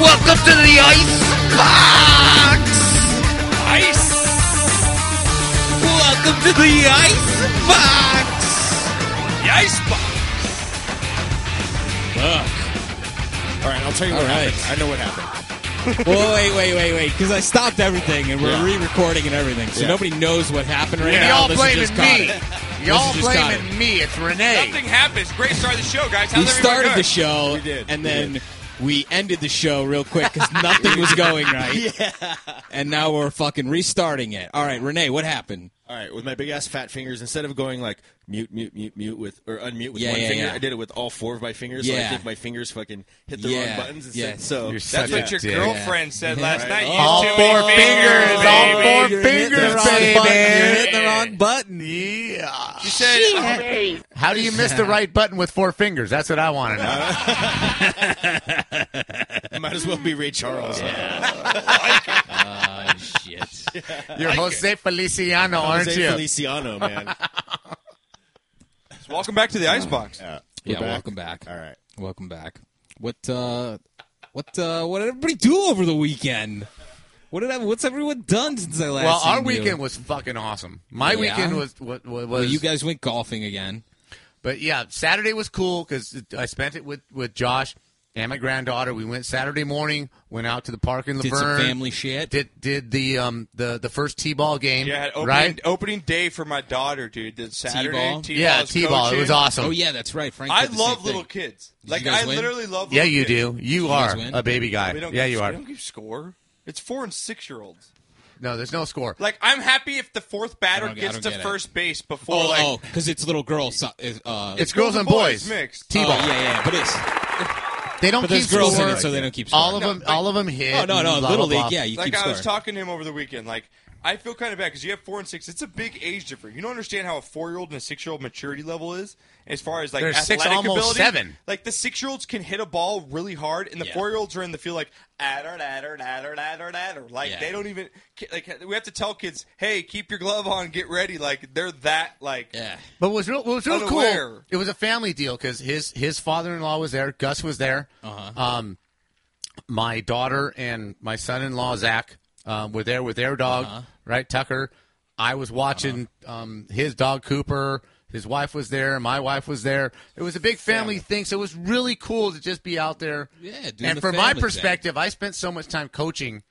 Welcome to the Ice Box! Ice! Welcome to the Ice Box! The ice box. All right, I'll tell you what All right. happened. I know what happened. well, wait, wait, wait, wait, because I stopped everything and we're Yeah. re-recording and everything, so Yeah. nobody knows what happened right now. Y'all This is blaming just caught me. it. Y'all This is just got blaming me. It's Renee. Nothing happens. Great start of the show, guys. How's We everybody started the doing? show, We did. and We then we ended the show real quick because nothing was going right. yeah. And now we're fucking restarting it. All right, Renee, what happened? All right, with my big ass fat fingers, instead of going like mute, mute, mute, mute with or unmute with Yeah, one yeah, finger, yeah. I did it with all four of my fingers. So Yeah. I think my fingers fucking hit the Yeah, wrong buttons. And yeah. yeah. So You're That's such what a your dick. girlfriend said last Right. night. You All two four fingers, fingers, all Oh, baby. four You're fingers, hitting the wrong button. baby. You're button. Yeah. She said, How do you miss the right button with four fingers? That's what I want to Uh, know. I might as well be Ray Charles. Oh, shit. You're Jose Feliciano, aren't Jose you? Feliciano, man. "Welcome back to the Icebox." yeah, back. welcome back. All right. Welcome back. What uh what uh what did everybody do over the weekend? What did I, what's everyone done since I last Well, our seen you? weekend was fucking awesome. My Yeah. weekend was was, was, Well, you guys went golfing again. but yeah, Saturday was cool because I spent it with with Josh and my granddaughter. We went Saturday morning, went out to the park in Did Laverne, some family shit. did did the um the the first t-ball game, Yeah, I had opening, right? opening day for my daughter, dude. The Saturday T-ball? T-ball yeah, is t-ball. It coaching. was awesome. oh yeah, that's right. Frank I did the love same little thing. kids. you Like guys I win? literally love. Yeah, little you kids. do. You guys are win? a baby guy. We don't Yeah, give, you we are. don't give score. It's four and six year olds. No, there's no score. Like I'm happy if the fourth I batter don't- I gets don't to get it. first base before Oh, like oh, cuz it's little girls so- is, uh It's girls and boys. mixed. T-ball. oh, yeah, yeah, but it's They don't but keep there's girls score. in it so they don't keep score. all of them, all of them hit. Oh, no, and no, blah, little blah, league. blah. Yeah, you like keep I score. was talking to him over the weekend. Like I feel kind of bad because you have four and six. It's a big age difference. You don't understand how a four year old and a six year old maturity level is as far as like They're six, athletic almost ability. seven. Like the six year olds can hit a ball really hard, and the Yeah. four year olds are in the field like adder, adder, adder, adder, adder. Like Yeah. they don't even ki- like we have to tell kids, hey, keep your glove on, get ready. Like they're that like yeah. But what was real, what was real cool. Unaware. It was a family deal because his his father in law was there. Gus was there. Uh-huh. Um, my daughter and my son in law Zach um, were there with their dog, Uh-huh. right? Tucker. I was watching um, his dog Cooper. His wife was there. My wife was there. It was a big family, thing, so it was really cool to just be out there. Yeah, doing and the from my family thing. perspective, I spent so much time coaching,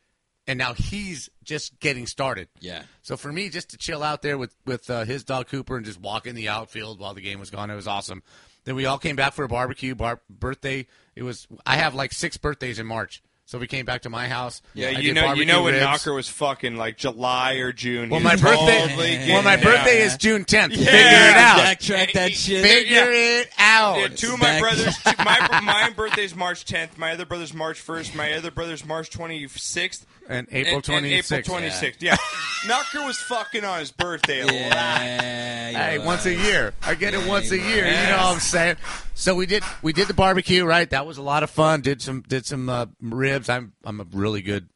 and now he's just getting started. Yeah. So for me, just to chill out there with with uh, his dog Cooper and just walk in the outfield while the game was gone, it was awesome. Then we all came back for a barbecue bar- birthday. It was I have like six birthdays in March, so we came back to my house. Yeah, I you did know, you barbecue know when ribs. Knocker was fucking like July or June. Well, He my was probably birthday. Well, getting my down. birthday is June tenth. Yeah. Figure it out. Backtrack that shit. Figure it out. Yeah, two of my Back- brothers. Two, my my birthday's March 10th. My other brother's March 1st. My other brother's March 26th. And and- April and twenty sixth. April 26th. Yeah. Knocker was fucking on his birthday a lot. Yeah. Hey, you once a year. I get it once a year. You Yes. know what I'm saying? So we did we did the barbecue, right? That was a lot of fun. Did some did some uh, ribs. I'm I'm a really good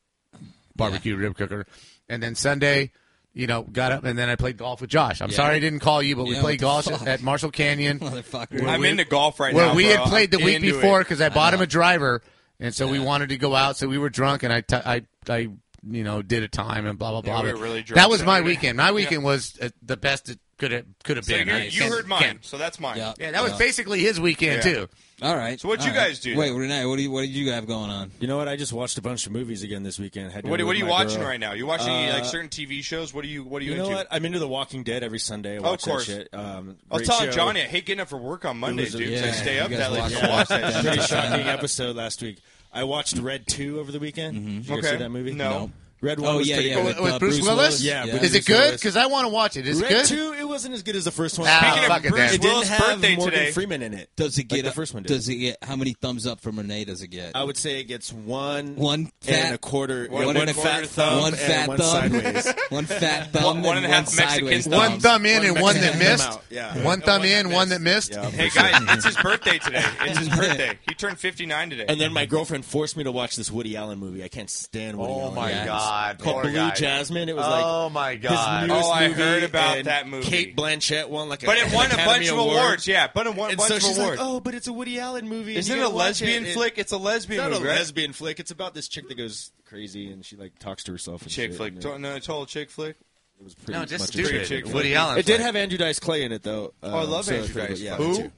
barbecue rib cooker. And then Sunday, you know, got up and then I played golf with Josh. I'm Yeah. sorry I didn't call you, but we Yeah, played what golf the fuck? at Marshall Canyon. motherfucker. I'm we- into golf right Well, now. we bro. had played the I'm week into it. Uh-huh. before because I bought know. him a driver, and so we wanted to go out. So we were drunk, and I, t- I, I, you know, did a time and blah blah Yeah, blah. we But were really drunk that was my Saturday. weekend. My weekend was uh, the best it could have could have So been. you- I you can't- heard mine, can't- so that's mine. Yeah. Yeah, that was basically his weekend Yeah. too. All right. So what'd all you right. guys do? Wait, Renee, what do you what did you have going on? You know what? I just watched a bunch of movies again this weekend. Had What, dinner what are with you my watching girl. right now? You watching any, like Uh, certain TV shows? What are you What are you, You know into? what? I'm into The Walking Dead every Sunday. I watch that course. shit. Um, I was great telling show. Johnny I hate getting up for work on Mondays, was a- dude. 'cause I yeah, stay you up guys that late watch just it. to watch that. shit. pretty shocking episode last week. I watched Red Two over the weekend. Did you guys Okay. see that movie? No. Red One Oh was yeah, pretty yeah. cool. With, With uh, Bruce Willis? Yeah, Is Bruce it good? Willis. Because I want to watch it. Is Red it good? Two, it wasn't as good as the first one. Ah, Speaking fuck it, of Bruce Dan. it didn't Willis' have birthday Morgan today, Freeman in it. Does it like get the a- first one? Did. Does it get how many thumbs up from Renee? Does it get? I would say it gets one, One fat- and a quarter, One one, and a quarter fat thumb, one fat and one thumb, sideways. one fat thumb, One- one and and a half one Mexican sideways thumbs. One thumb in and one that Mexican missed. thumb out, yeah. One thumb in, one that missed. Hey guys, it's his birthday today. It's his birthday. He turned 59 today. And then my girlfriend forced me to watch this Woody Allen movie. I can't stand Woody Allen. Yeah. Oh God, Called Blue Jasmine. It was like Oh, my his God. newest Oh, I movie, heard about and that movie. Kate Blanchett won like, a, but it an won a Academy bunch of Award. awards. Yeah, but it won a And bunch so of she's awards. like, "Oh, but it's a Woody Allen movie." and Isn't you it a gotta watch lesbian it. It- flick? It's a lesbian It's not movie, a right? lesbian flick. It's about this chick that goes crazy and she like talks to herself. And Chick shit, flick. and To- No, total chick flick. It was pretty No, just much a stupid. stupid. chick Chick flick. Woody Allen. It did have Andrew Dice Clay in it though. Oh, Um, I love Andrew Dice Clay. Who?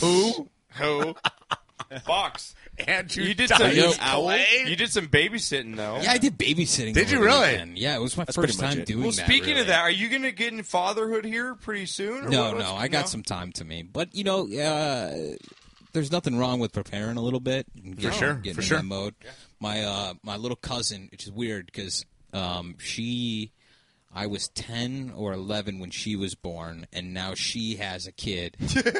Who? Who? Fox. Andrew You did Dice some Yo. Clay? You did some babysitting though. Yeah, I did babysitting. Did you over the really? weekend. Yeah, it was my first pretty much time it. doing Well, that. speaking really. of that, are you going to get in fatherhood here pretty soon? or no, what- what's- no, I got some time to me, but you know, uh, there's nothing wrong with preparing a little bit. and getting- sure, getting for in sure. That mode. My uh, my little cousin, which is weird because um, she, I was ten or eleven when she was born, and now she has a kid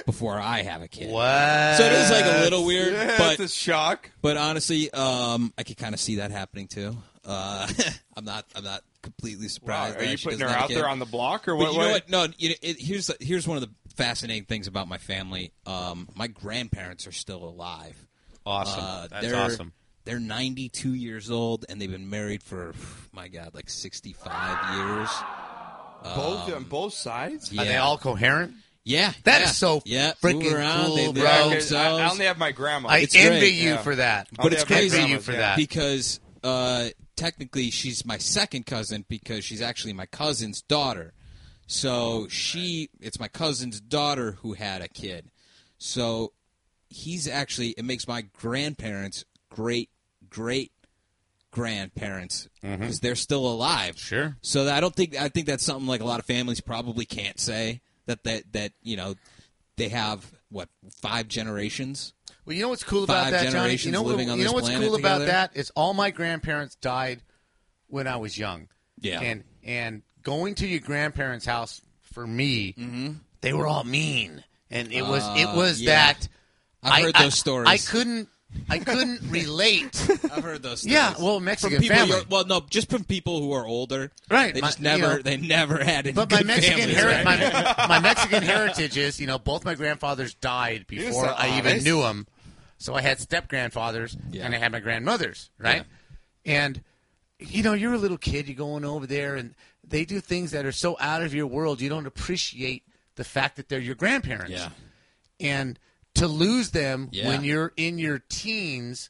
before I have a kid. What? So it is like a little weird, Yeah, but it's a shock. But honestly, um, I could kind of see that happening too. Uh, I'm not. I'm not completely surprised. are that you she putting her doesn't have a out kid. there on the block or But what? you know what? No. You know, it, here's here's one of the fascinating things about my family. Um, my grandparents are still alive. Awesome. Uh, That's they're, awesome. They're 92 years old and they've been married for my god, like 65 years. Both on both sides. Yeah. Are they all coherent? Yeah. That yeah. is so yeah. freaking move around, they cool, bro. live by Yeah, 'cause I, I themselves. only have my grandma. I It's envy great, you yeah. for that. I'll it's have my crazy grandma's, you for yeah. that. because uh, technically she's my second cousin because she's actually my cousin's daughter. So she, it's my cousin's daughter who had a kid. So he's actually it makes my grandparents great great grandparents because they're still alive. Mm-hmm. Sure. So that- I don't think I think that's something like a lot of families probably can't say that that that you know they have what five generations. Well, you know what's cool about Five that, Johnny? You generations know, what- living on you know this what's planet cool about together? that? It's all my grandparents died when I was young. Yeah. And and going to your grandparents' house for me, they were all mean, and it was it was Mm-hmm. Uh, yeah. that. I've I- heard I- those stories. I couldn't. I couldn't relate. I've heard those. Stories. yeah, well, Mexican people family. you're- well, no, just from people who are older. Right, They my- just you never. know. they never had. Any But my good Mexican families, heri- right? my, my Mexican heritage is, you know, both my grandfathers died before sound I even honest. knew them. So I had step grandfathers Yeah. and I had my grandmothers, right? And you know, you're a little kid, you're going over there and they do things that are so out of your world, you don't appreciate the fact that they're your grandparents. Yeah. And to lose them Yeah. when you're in your teens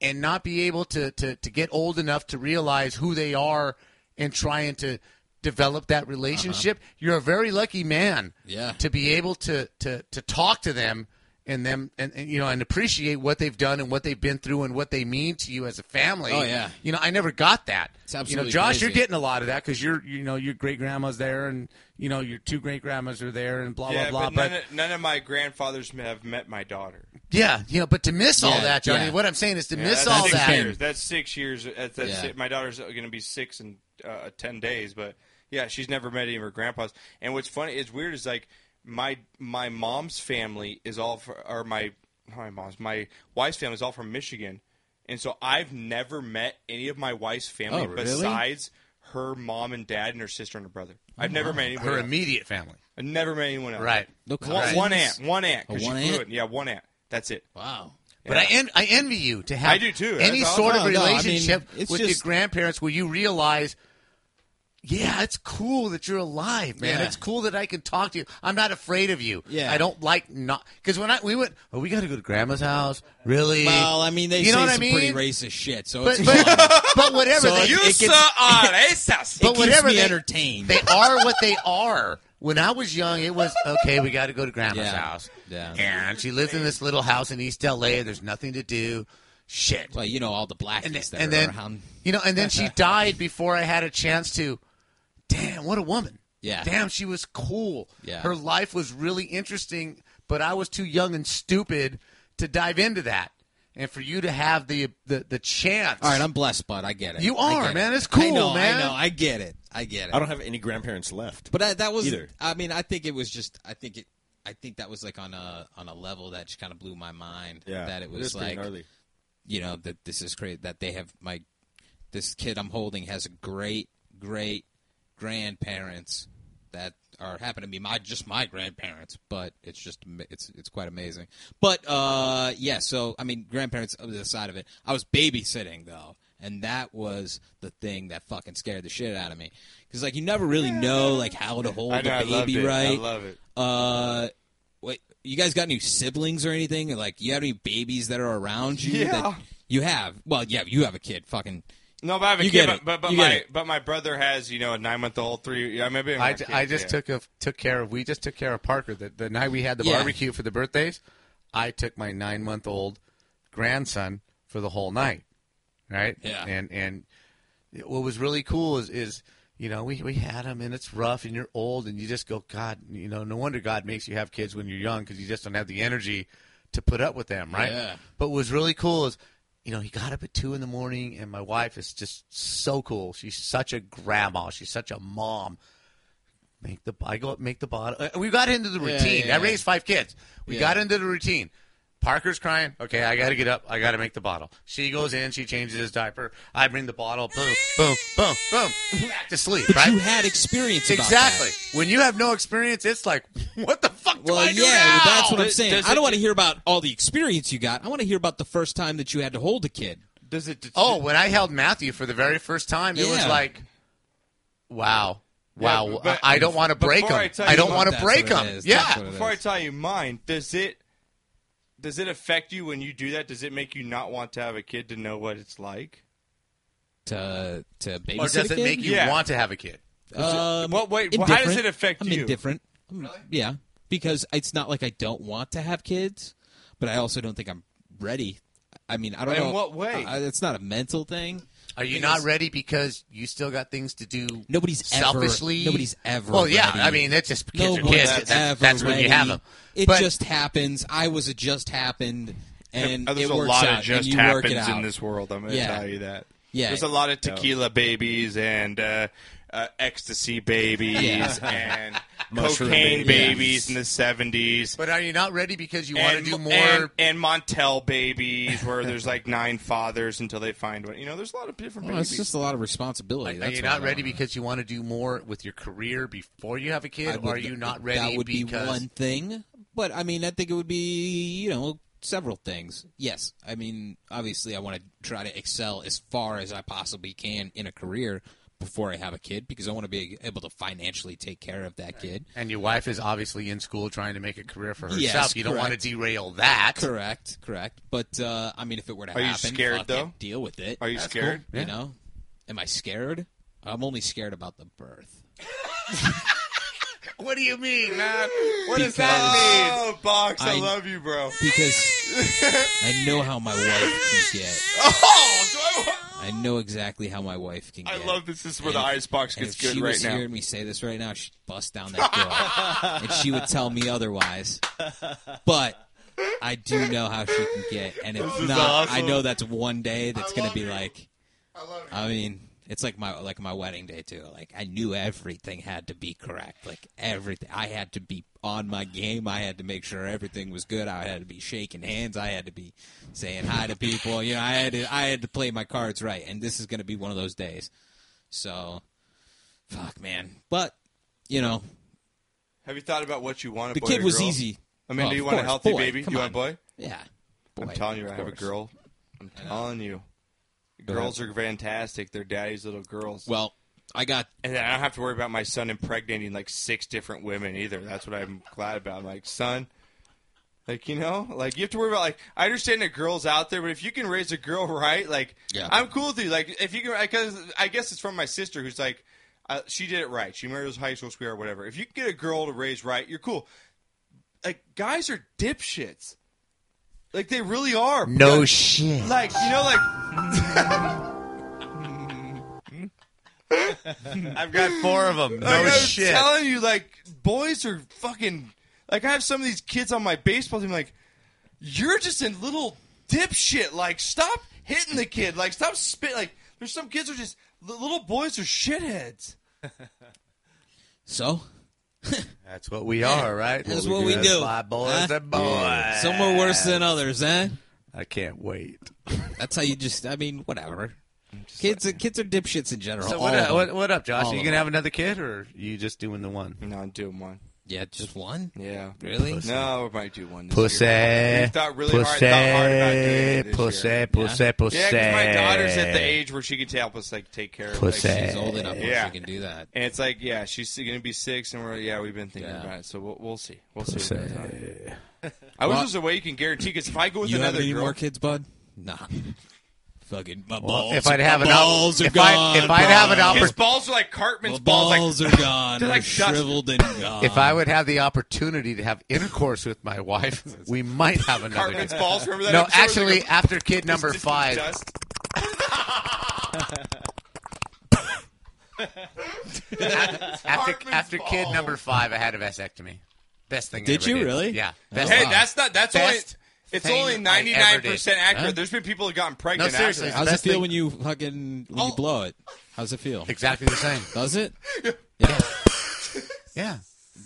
and not be able to, to, to get old enough to realize who they are and trying to develop that relationship, you're a very lucky man Uh-huh. Yeah. to be able to, to, to talk to them and them and, and you know and appreciate what they've done and what they've been through and what they mean to you as a family. Oh, yeah. You know, I never got that. It's absolutely you know, Josh, you're crazy. getting a lot of that because you're you know your great grandma's there and you know your two great grandmas are there and blah Yeah, blah blah. but, none, of, none of my grandfathers have met my daughter. yeah, you know, but to miss all Yeah, that, Johnny, yeah. what I'm saying is to Yeah, miss that's all six that. Years. That's six years. That's, that's Yeah. it. My daughter's going to be six in uh, ten days, but yeah, she's never met any of her grandpas. And what's funny, it's weird, is like my my mom's family is all for, or my not my mom's my wife's family is all from Michigan, and so I've never met any of my wife's family Oh, really? besides her mom and dad and her sister and her brother. I've never met anyone. Oh, her else. immediate family. I've never met anyone else. Right. No One, one cousins? aunt. One aunt. 'cause Oh, she one flew aunt? in. Yeah, one aunt. That's it. Wow. But I en- I envy you to have I do too. any That's sort awesome. of No, no, I mean, relationship it's with just- your grandparents where you realize yeah, it's cool that you're alive, man. Yeah. It's cool that I can talk to you. I'm not afraid of you. Yeah. I don't like not because when I we went, oh, we got to go to grandma's house. Really? Well, I mean, they you say know what some I pretty mean? racist shit. So but it's fun. but, but whatever So they, you- It gets- are racist. but keeps whatever me they, entertained. They are what they are. When I was young, it was okay. We got to go to grandma's Yeah. house. Yeah. And she lives in this little house in East LA. There's nothing to do. Shit. well, you know all the blackies and, that then- and are then around. you know, and then she died before I had a chance to. Damn, what a woman! Yeah. damn, she was cool. Yeah. her life was really interesting, but I was too young and stupid to dive into that. and for you to have the the, the chance. All right, I'm blessed, bud. I get it. You I are, get man. it. It's cool, I know, man. I know. I get it. I get it. I don't have any grandparents left. But I, that was Either. I mean, I think it was just. I think it. I think that was like on a on a level that just kind of blew my mind. yeah, That it is was pretty like gnarly. you know that this is crazy that they have my this kid I'm holding has a great great grandparents that are happen to be my just my grandparents, but it's just ama- it's it's quite amazing. But uh yeah, so I mean grandparents of the side of it. I was babysitting though, and that was the thing that fucking scared the shit out of me cuz like you never really know like how to hold I the know, I baby loved it. right. I love it. Uh, wait, you guys got any siblings or anything? Or, Like, you have any babies that are around you? that- Yeah. you have. Well, yeah, you have a kid. Fucking. No, but I have a You kid. get it. But but, but You get my it. but my brother has you know a nine month old three. I maybe I, my ju- kid, I just yeah. took a, took care of. We just took care of Parker the, the night we had the Yeah. barbecue for the birthdays. I took my nine month old grandson for the whole night, right? Yeah. And and what was really cool is is you know we we had him and it's rough and you're old and you just go God you know no wonder God makes you have kids when you're young because you just don't have the energy to put up with them, right? Yeah. But what was really cool is, you know, he got up at two in the morning, and my wife is just so cool. She's such a grandma. She's such a mom. Make the I go up, make the bottle. Uh, we got into the routine. yeah, I yeah. raised five kids. We Yeah. got into the routine. Parker's crying. Okay, I got to get up. I got to make the bottle. She goes in. She changes his diaper. I bring the bottle. Boom, boom, boom, boom. Back to sleep. But right? you had experience. about exactly. that. When you have no experience, it's like, what the fuck do Well, I yeah, do now? that's what I'm Does- saying. does I it- don't want to hear about all the experience you got. I want to hear about the first time that you had to hold a kid. Does it? Does Oh, when I held Matthew for the very first time, it was Yeah. like, wow, wow. Yeah, but- I I don't want to break before him. I I, tell you don't what want to that's break what it him. is. That's what Yeah. it Before I is. tell you mine, does it? Does it affect you when you do that? Does it make you not want to have a kid to know what it's like? To to babysit Or does a it kid? make you Yeah. want to have a kid? Um, What- wait, wh- how does indifferent. it affect I'm you? Indifferent. I'm- Yeah, because it's not like I don't want to have kids, but I also don't think I'm ready. I mean, I don't In know what way? I, it's not a mental thing. Are you Thing not is- ready because you still got things to do? Nobody's ever- selfishly. nobody's ever Well, yeah. ready. I mean, that's just kids are No kids. one's That's, ever that's when you have ready. them. It but just happens. I was a just happened, and Uh, it there's works a lot out. of just and you work it happens out. in this world. I'm going to Yeah. tell you that. Yeah. there's a lot of tequila babies and uh, uh, ecstasy babies Yeah. and Mushroom cocaine babies babies. in the '70s. but are you not ready because you want to and, do more? and, and Montel babies, where there's like nine fathers until they find one. You know, there's a lot of different Well, babies. it's just a lot of responsibility. are That's you what I not don't ready know. because you want to do more with your career before you have a kid? I or would- are you not ready That would because be one thing, but I mean, I think it would be you know several things. Yes, I mean, obviously, I want to try to excel as far as I possibly can in a career before I have a kid because I want to be able to financially take care of that kid. And your wife is obviously in school trying to make a career for herself. Yes, you don't want to correct. derail that. Correct, correct. But uh, I mean, if it were to you happen, scared, fuck though? it, deal with it. Are you scared? You know, am I scared? I'm only scared about the birth. What do you mean, man? What does that Oh, box, I, I- love you, bro. because I know how my wife can get. Oh, do I, want- I know exactly how my wife can I get. love this. This is where And the if- ice box and gets if good she right was now. hearing me say this right now, she'd bust down that door, and she would tell me otherwise. But I do know how she can get, and if is not, I awesome. know that's one day that's going to be like. I love I mean, it's like my like my wedding day too. Like I knew everything had to be correct. Like everything, I had to be on my game. I had to make sure everything was good. I had to be shaking hands. I had to be saying hi to people. You know, I had to I had to play my cards right. And this is going to be one of those days. So, fuck, man. But you know, Have you thought about what you want? A the boy kid or was girl? easy. I mean, Well, do you of want a course, healthy boy. baby? Do Come you want on. a boy? Yeah. I'm Boy, telling you, of I have a course. girl. I'm telling you. Girls are fantastic. They're daddy's little girls. Well, I got and then I don't have to worry about my son impregnating like six different women either. That's what I'm glad about. I'm like, son, like you know, like you have to worry about like I understand that girls out there, but if you can raise a girl right, like Yeah. I'm cool with you. Like if you can, because I guess it's from my sister who's like, uh, she did it right. She married a high school sweetheart, whatever. If you can get a girl to raise right, you're cool. Like guys are dipshits. Like they really are. No shit. Like you know, like I've got four of them. No Like, I'm shit. telling you, like boys are fucking. Like I have some of these kids on my baseball team. Like you're just a little dipshit. Like, stop hitting the kid. Like, stop spit. Like, there's some kids who are just the little boys are shitheads. So That's what we are, right? That's what we do. Fly boys Huh? and boys. some are worse than others, eh? I can't wait. That's how you just. I mean, whatever. Kids, kids are dipshits in general. So all what, of up, them. what, what up, Josh? All Are you of gonna them. have another kid, or are you just doing the one? No, I'm doing one. Yeah, just one. Yeah, Really? No, we might do one. This Pussy, Year. We thought really hard, pussy, thought hard about doing it this pussy, year. pussy, pussy. Yeah, because my daughter's at the age where she can help us like take care of. Like, Pussy. she's- She's old enough where Yeah. she can do that. and it's like, yeah, she's going to be six, and we're yeah, we've been thinking Yeah. about it, so we'll, we'll see. We'll see. What goes on. I wish Well- there's a way you can guarantee because if I go with You have another any girl, more kids, bud? Nah. Fucking my Well, balls. if I'd have my an op- balls are if I- gone. if I'd have an bro. op- his balls are like Cartman's my balls. Like, balls are gone. They're They're like dust. shriveled and gone. If I would have the opportunity to have intercourse with my wife, we might have another. Cartman's kid. balls. Remember that? No, episode where it's actually, like a- after kid number just five, dust? after Cartman's after kid balls. number five, I had a vasectomy. Best thing. I Did ever you really? Yeah. Best Hey, thing. that's not. That's only. Best It's thing only I ninety nine ever did. percent accurate. There's been people who've gotten pregnant. No, seriously, after How does it Best feel thing- when you fucking when you Oh. blow it? How's it feel? exactly the same. Does it? Yeah.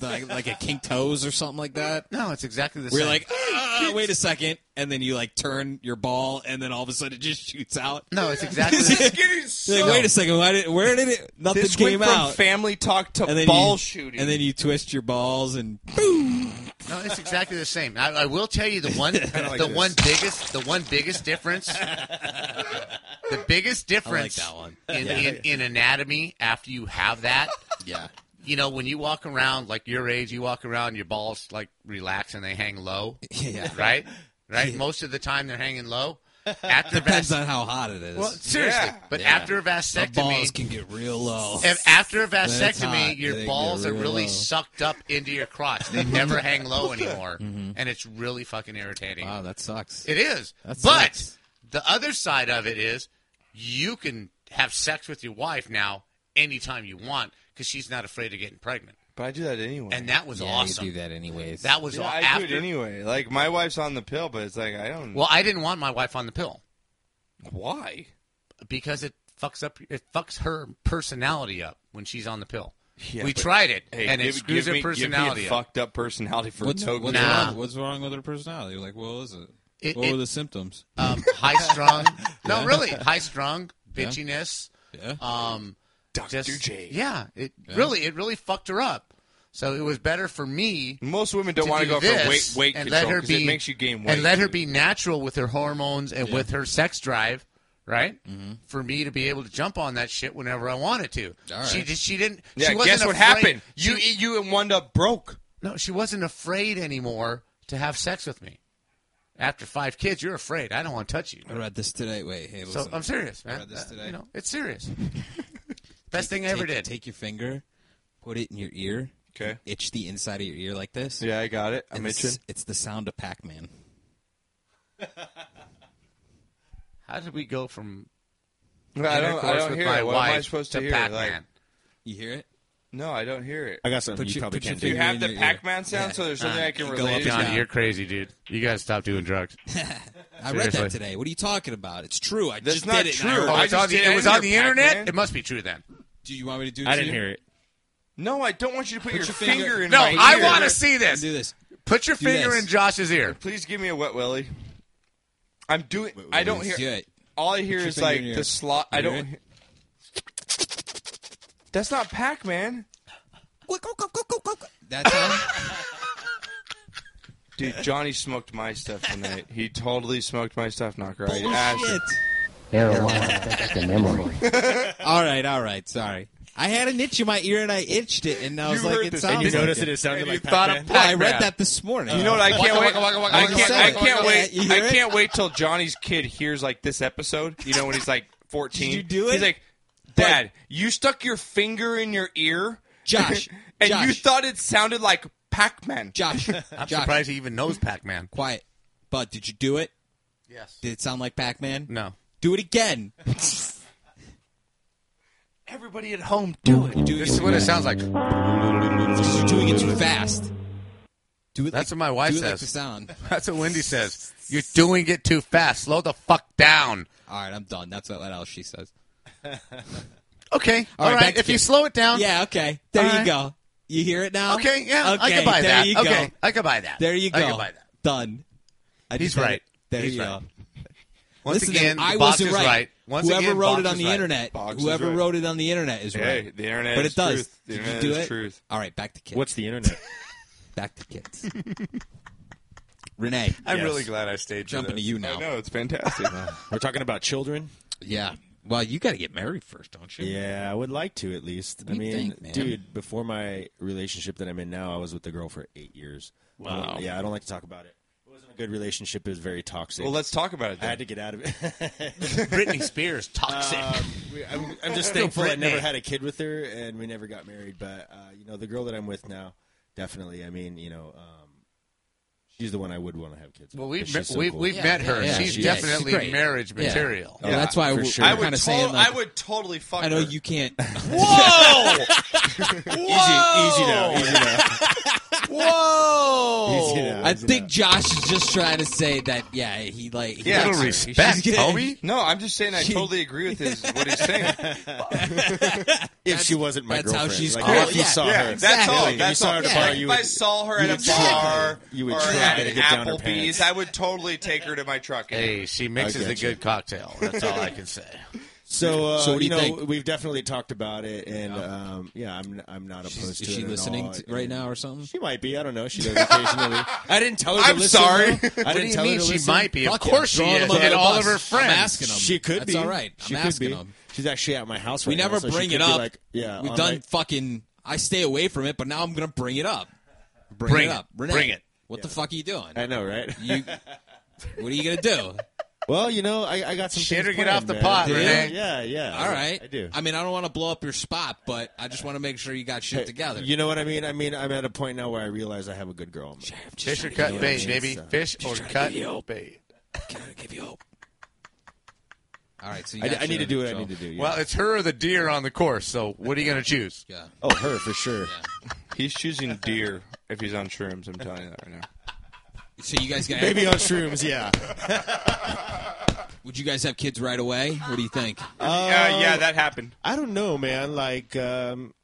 Like, like it kink toes or something like that? No, it's exactly the Where same. you're like, ah, wait a second, and then you like turn your ball, and then all of a sudden it just shoots out. no, it's exactly. the that. same. It's getting so. You're like, wait a second, why did, where did it? Nothing This came went from out. family talk to and then ball you, shooting. and then you twist your balls, and No, it's exactly the same. I, I will tell you the one, like the this. one biggest, the one biggest difference. the biggest difference that one. In, in, in anatomy after you have that. yeah, You know, when you walk around like your age, you walk around, your balls like relax and they hang low, yeah. right? Right. Most of the time they're hanging low. After Depends vas- on how hot it is. well, seriously, Yeah. but Yeah. after a the balls vasectomy, can get real low. And after a it's hot, vasectomy, they your get balls are real really low. sucked up into your crotch. They never hang low anymore, and it's really fucking irritating. Mm-hmm. Wow, that sucks. It is, That but sucks. the other side of it is you can have sex with your wife now anytime you want because she's not afraid of getting pregnant, but I do that anyway. and that was yeah, awesome. you do that anyways. That was Yeah, all I after. do it anyway. Like my wife's on the pill, but it's like I don't. Well, I didn't want my wife on the pill why? because it fucks up. It fucks her personality up when she's on the pill. Yeah, we but- tried it, Hey, and give, it screws give me, her personality Give up. me a fucked up personality for what's, no what's, good. Nah. wrong, what's wrong with her personality? Like, what was it? It- what it- were the symptoms? um, high strung. No, really, high strung bitchiness. Yeah. Um, Dr. just J. yeah, it really it really fucked her up. So it was better for me Most women don't to want to go do for weight this weight and control let her 'cause be it makes you gain weight and let her dude. be natural with her hormones and with her sex drive. Right Mm-hmm. for me to be able to jump on that shit whenever I wanted to. All She right. just she didn't. Yeah, she wasn't guess what afraid- happened? She, You you and wound up broke. no, she wasn't afraid anymore to have sex with me. After five kids, you're afraid. I don't want to touch you. I read this today. Wait, hey, listen. So I'm serious, man. read this Uh, today. you know, it's serious. Best thing I ever take, did. Take your finger, put it in your ear. Okay. Itch the inside of your ear like this. Yeah, I got it. I'm And itching. it's, it's the sound of Pac-Man. How did we go from I don't, I intercourse don't with hear my it. What wife am I supposed to, hear? Pac-Man? Like, You hear it? no, I don't hear it. I got something Put you your- probably put your can't Do do. you finger have in the your ear. Pac-Man sound? So there's something I can go relate up and to. down. John, you're crazy, dude. You got to stop doing drugs. I read that Seriously. today. What are you talking about? It's true. I That's just not did it. true. and I heard Oh, it. I just did it. You're Pac-Man? It must be true then. do you want me to do? it I to didn't you? hear it. No, I don't want you to put, your, your finger, finger- in No, my I ear. want to see Let's this. Do this. Put your Do finger this. in Josh's ear. Please give me a wet willy. I'm doing. I don't hear. Do it. All I hear your is finger like in your the ear. slot. You I hear don't. it? hear- That's not Pac-Man, That's how. dude. Johnny smoked my stuff tonight. He totally smoked my stuff, Knocker. I asked him. Bullshit. Marijuana affects the memory. All right, all right. Sorry. I had an itch in my ear and I itched it, and I was You like, heard it this, sounds You like noticed it. that it sounded And like you thought Pac-Man. of Well, I read that this morning. You know what? I can't wait. I can't. I can't waka, wait. waka. You I hear can't it? wait till Johnny's kid hears like this episode. You know when he's like fourteen. Did you do He's it? like, Dad, you stuck your finger in your ear, Josh, and Josh. you thought it sounded like Pac-Man. Josh, I'm Josh, surprised he even knows Pac-Man. quiet. Bud, did you do it? Yes. Did it sound like Pac-Man? No. Do it again. Everybody at home, do it. Do it This is what it sounds like. You're doing it too fast. Do it. That's like- what my wife do it like says. the sound. That's what Wendy says. You're doing it too fast. Slow the fuck down. All right, I'm done. That's what else she says. Okay. All All right, right. back to If you Kid. slow it down. Yeah, okay. There All you right. go. You hear it now? Okay. Yeah. I Okay, can buy there that. You okay. Go. I can buy that. There you go. I can buy that. Done. I He's just had right. it. There He's you right. go. Once Listen, again, I the box wasn't is right. right. Once whoever again, wrote box it on is the right. internet, Box is whoever right. wrote it on the internet is Hey, right. the internet But is it does. truth. The Did you internet do is it? truth. All right, back to kids. What's the internet? back to kids? Renee, I'm Yes. really glad I stayed. through jumping to this. you I now. know it's fantastic. We're talking about children. Yeah. Well, you got to get married first, don't you? Yeah, I would like to at least. I do you mean, think, man? dude, before my relationship that I'm in now, I was with the girl for eight years. I don't- yeah, I don't like to talk about it. It wasn't a good relationship. It was very toxic. well, let's talk about it. I Then. had to get out of it. Britney Spears, toxic. Um, We- I'm, I'm just thankful I Britney. never had a kid with her, and we never got married. But uh, you know, the girl that I'm with now, definitely. I mean, you know, um, she's the one I would want to have kids. well, with. we've She's met, so we've, cool. we've met her. yeah, she's she is. definitely She's great. marriage Yeah. material. Well, that's why I for w- sure. I'm I would, kind of tot- saying like I would totally fuck. I know her. you can't. Whoa! Whoa! Easy now, easy now. Whoa! Easy now. I think Josh is just trying to say that. Yeah, he like. he Yeah, likes Little her. respect, She's getting- homie. No, I'm just saying I totally agree with his what he's saying. if she wasn't my that's how girlfriend, she's like, cool. if you Yeah, saw her, Yeah, that's Exactly. all. Like, if you that's saw all. her at a Like, if I saw her at a Yeah. bar, you would- you would try. bar You would or try at to an get down her Applebee's, pants. I would totally take her to my truck. and- Hey, she mixes I a gotcha. good cocktail. That's all I can say. So, uh, So what do you you know, think? we've definitely talked about it, and yeah, um, yeah I'm I'm not She's- opposed is to it she at listening all. to- right now or something? She might be. I don't know. She does occasionally. I didn't tell her. I'm to listen, sorry. though. I What do didn't you tell her mean to she listen. might be? Of Fuck yeah, course she throw them is, under and the all bus. of her friends. I'm asking them. She could That's be. all right. I'm she asking could be. them. She's actually at my house. We right never now, so she bring could it be up. Like, yeah, we've on done my- fucking. I stay away from it, but now I'm gonna bring it up. Bring, Bring it it. up, Renee. Bring it. What the fuck are you doing? I know, right? You, what are you gonna do? well, you know, I, I got some. Shit things or get planned, off the man. pot, yeah, Renee. Yeah, yeah. All right. I do. I mean, I don't want to blow up your spot, but I just want to make sure you got shit together. You know what I mean? I mean, I'm at a point now where I realize I have a good girl. on my- Fish or cut bait, you baby. something. Fish or cut bait. give you hope. All right, so you I, got I need your- to do what I so- need to do. yeah. Well, it's her or the deer on the course. So what are you going to choose? Yeah. oh, her for sure. He's choosing deer if he's on shrooms. I'm telling you that right now. So you guys got? Maybe on shrooms, yeah. Would you guys have kids right away? What do you think? yeah, Oh. yeah, that happened. I don't know, man. Like, um,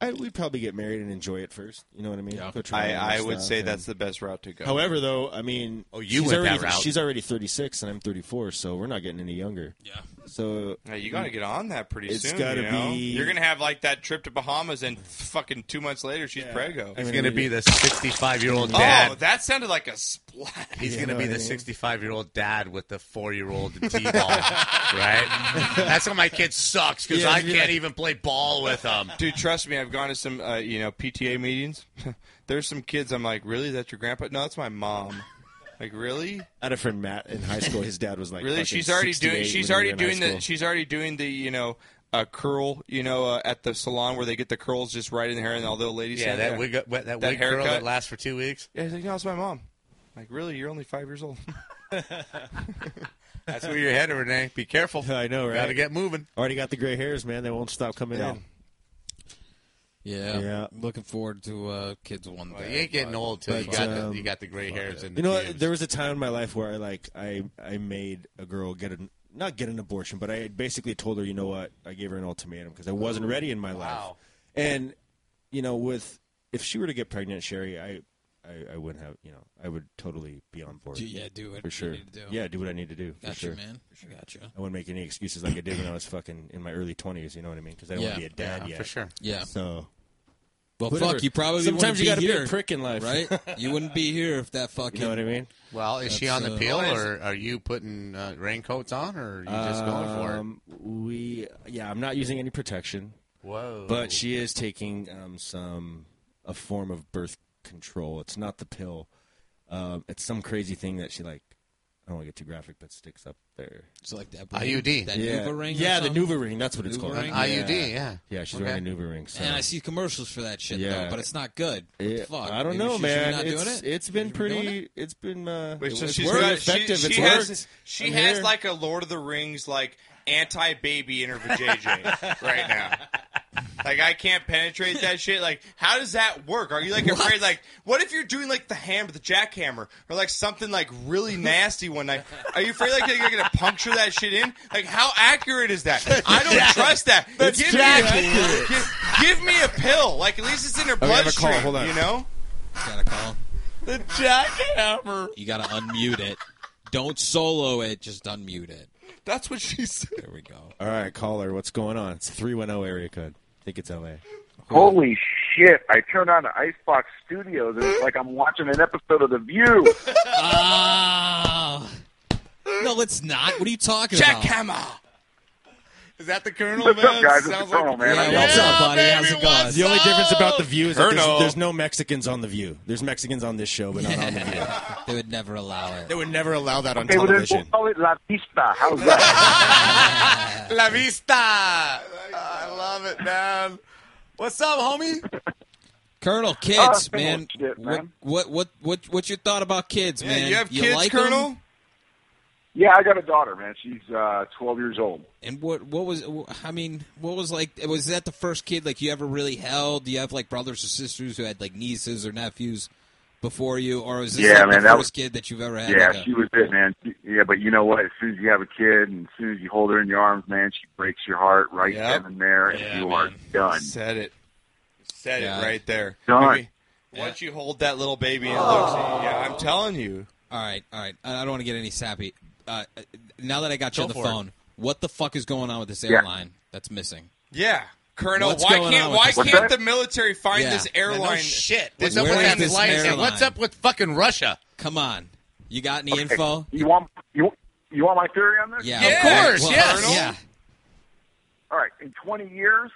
I, we'd probably get married and enjoy it first. You know what I mean? Yeah. Go try I, and I stuff would say and- that's the best route to go. However, though, I mean, oh, you she's went that already, route. She's already 36, and I'm 34, so we're not getting any younger. Yeah. So Yeah, you got to get on that pretty It's soon. gotta you know? be- You're gonna have like that trip to Bahamas, and fucking two months later, she's prego. He's going to be the 65 year old Oh, dad. that sounded like a splash. He's Yeah, going to be no, the yeah. 65 year old dad with the four year old D ball, right? That's why my kid sucks because Yeah, I you're can't like- even play ball with him. Dude, trust me, I've gone to some uh, you know PTA meetings. There's some kids. I'm like, really? That's your grandpa? No, that's my mom. Like, really? I had a friend Matt in high school. His dad was like, Really? fucking She's already 68 doing. She's when we already were in high doing the. school. She's already doing the. You know, uh, curl. You know, uh, at the salon where they get the curls just right in the hair, and all the ladies. Yeah, stand that there. wig, that, that That wig curl haircut. that lasts for two weeks. Yeah, he's like, no, it's my mom. Like, really? You're only five years old. That's where you're headed, Renee. Be careful. I know, right? Got to get moving. already got the gray hairs, man. They won't stop coming out. Yeah. Yeah. Looking forward to uh, kids one day. Well, you ain't getting old till you But, got um, the, you got the gray hairs and You know, the what? there was a time in my life where I like I I made a girl get an not get an abortion, but I basically told her, you know what, I gave her an ultimatum because I wasn't ready in my life. wow. And you know, with if she were to get pregnant, Sherry, I I, I wouldn't have you know I would totally be on board. Do- yeah, do what for you sure. need to do. Yeah, do what I need to do. for Gotcha, sure. man. Gotcha. I wouldn't make any excuses like I did when I was fucking in my early twenties. You know what I mean? Because I don't want to Yeah. be a dad yeah, yet. for sure. Yeah. So Well, Whatever. fuck. You probably sometimes you wouldn't gotta be be here, a prick in life, right? You wouldn't be here if that fucking. you know what I mean? Well, is she on the uh, pill, Well, is- or are you putting uh, raincoats on, or are you just going Um, we yeah, I'm not using any protection. for it? Whoa! But she is taking um, some a form of birth control. It's not the pill. Um, it's some crazy thing that she like. I don't want to get too graphic, but sticks up there. It's like that. IUD. That Nuva ring. or yeah, the something? Nuva ring. That's what it's Nuva called. ring? Yeah. IUD, yeah. Yeah, she's Okay. wearing a Nuva ring. So. And I see commercials for that shit though, Yeah. but it's not good. What the Yeah, fuck. I Maybe don't know, she- should we man. not doing It's- it? it's been Should we doing pretty. It? has been. Uh, Wait, it so was she's very got, effective. She, it's she worked. has, she I'm has here. like a Lord of the Rings like anti baby in her vajayjay right now. Like I can't penetrate that shit. Like how does that work? Are you like afraid? Like what if you're doing like the hammer, the jackhammer, or like something like really nasty one night? Are you afraid like you're gonna puncture that shit in? Like how accurate is that? I don't trust that. give, me a, give, give me a pill. Like at least it's in your I have a call. bloodstream. Hold on. You know. Gotta call. The jackhammer. You gotta unmute it. Don't solo it. Just unmute it. That's what she said. There we go. All right, caller, what's going on? It's 310 area code. I think it's LA. Holy shit! I turned on the Icebox Studios and it's like I'm watching an episode of The View. Ah. no, it's not. What are you talking about? Jackhammer. Is that the Colonel? What's up, guys? It's the Sounds Colonel, man. Yeah, I what's know. up, buddy? How's baby, it going? what's The only difference about the view is that Colonel. there's, there's no Mexicans on the view. There's Mexicans on this show, but not on the view. They would never allow it. They would never allow that on Okay, well then we'll television. call it La Pista. How's that? La vista. I love it, man. What's up, homie? Colonel, kids, same man. old shit, man. What, what, what, what, what's your thought about kids, Yeah, man? you have kids, like 'em? Colonel. yeah, I got a daughter, man. She's uh, 12 years old. And what, what was? I mean, what was like? Was that the first kid like you ever really held? Do you have like brothers or sisters who had like nieces or nephews before you, or was this like, Yeah, the man, that first was- kid that you've ever had? Yeah, like, a- she was it, man. She- Yeah, but you know what? As soon as you have a kid, and as soon as you hold her in your arms, man, she breaks your heart right Yep. then and there, and Yeah, you man. are done. Said it. Said Yeah. it right there. Done. Maybe- Once you hold that little baby in Oh. looks, yeah, I'm telling you. All right, all right. I I don't want to get any sappy. Uh, uh, now that I got you on the Go for it. phone, what the fuck is going on with this Yeah. airline that's missing? Yeah. Colonel, What's why going on can't with why this? What's can't that? the military find Yeah. this No airline? shit. What's This up with Where is that this flight? airline? And what's up with fucking Russia? Come on, you got any Okay, info? You want you you want my theory on this? Yeah, Of okay. course, Well, yes. yeah. All right. In 20 years,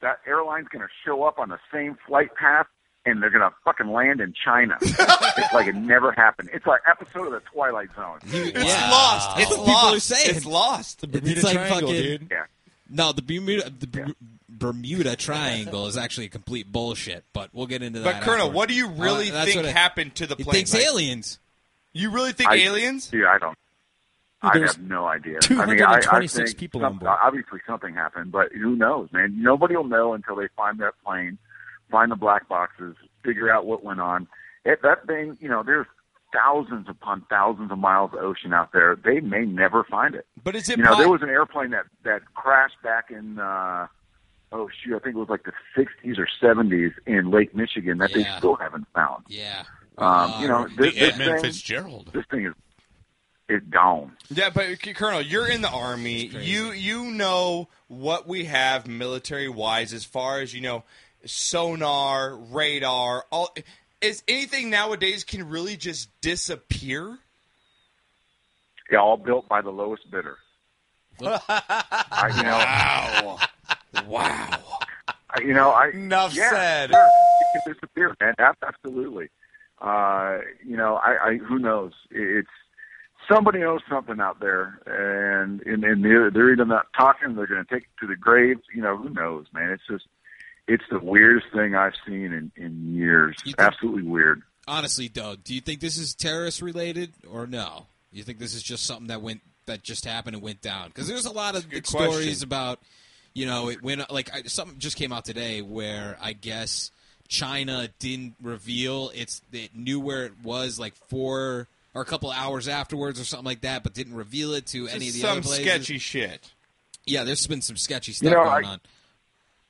that airline's going to show up on the same flight path, and they're going to fucking land in China. it's like it never happened. It's like episode of the Twilight Zone. It's Yeah. lost. That's It's what lost. people are saying. It's lost. It's like fucking- Yeah. No, the Bermuda the Br- Bermuda Triangle is actually complete bullshit. But we'll get into that. But Colonel, afterwards. what do you really Uh, that's think what I- happened to the He plane? thinks Like, aliens. You really think I- aliens? Dude, I don't. I There's have no idea. I mean, I, I 226 think people some- on board. obviously something happened, but who knows, man? Nobody will know until they find that plane, find the black boxes, figure out what went on. It, that thing, you know, there's thousands upon thousands of miles of ocean out there. They may never find it. But is it you know, there po- was an airplane that that crashed back in uh oh shoot, I think it was like the sixties or seventies in Lake Michigan that they Yeah. still haven't found. Yeah. Um, you know, this, this Edmund thing, Fitzgerald. this thing is is gone. Yeah, but C- Colonel, you're in the army. You you know what we have military wise as far as you know sonar, radar, all is anything nowadays can really just disappear? Yeah, all built by the lowest bidder. I, you know, Wow. I- you know, I Enough yeah, said. Sure. It can disappear, man. Ab- Absolutely. Uh, you know, I, I who knows? It's somebody knows something out there, and and, and they're, they're either not talking, they're going to take it to the grave. You know, who knows, man? It's just it's the weirdest thing I've seen in in years. You think- Absolutely weird. Honestly, though, do you think this is terrorist related or no? You think this is just something that went that just happened and went down? Because there's a lot of good stories question. about, you know, it went like I, something just came out today where I guess China didn't reveal it's it knew where it was like four or a couple hours afterwards or something like that, but didn't reveal it to any of the Some other places. sketchy shit. Yeah, there's been some sketchy stuff You know, going I- on.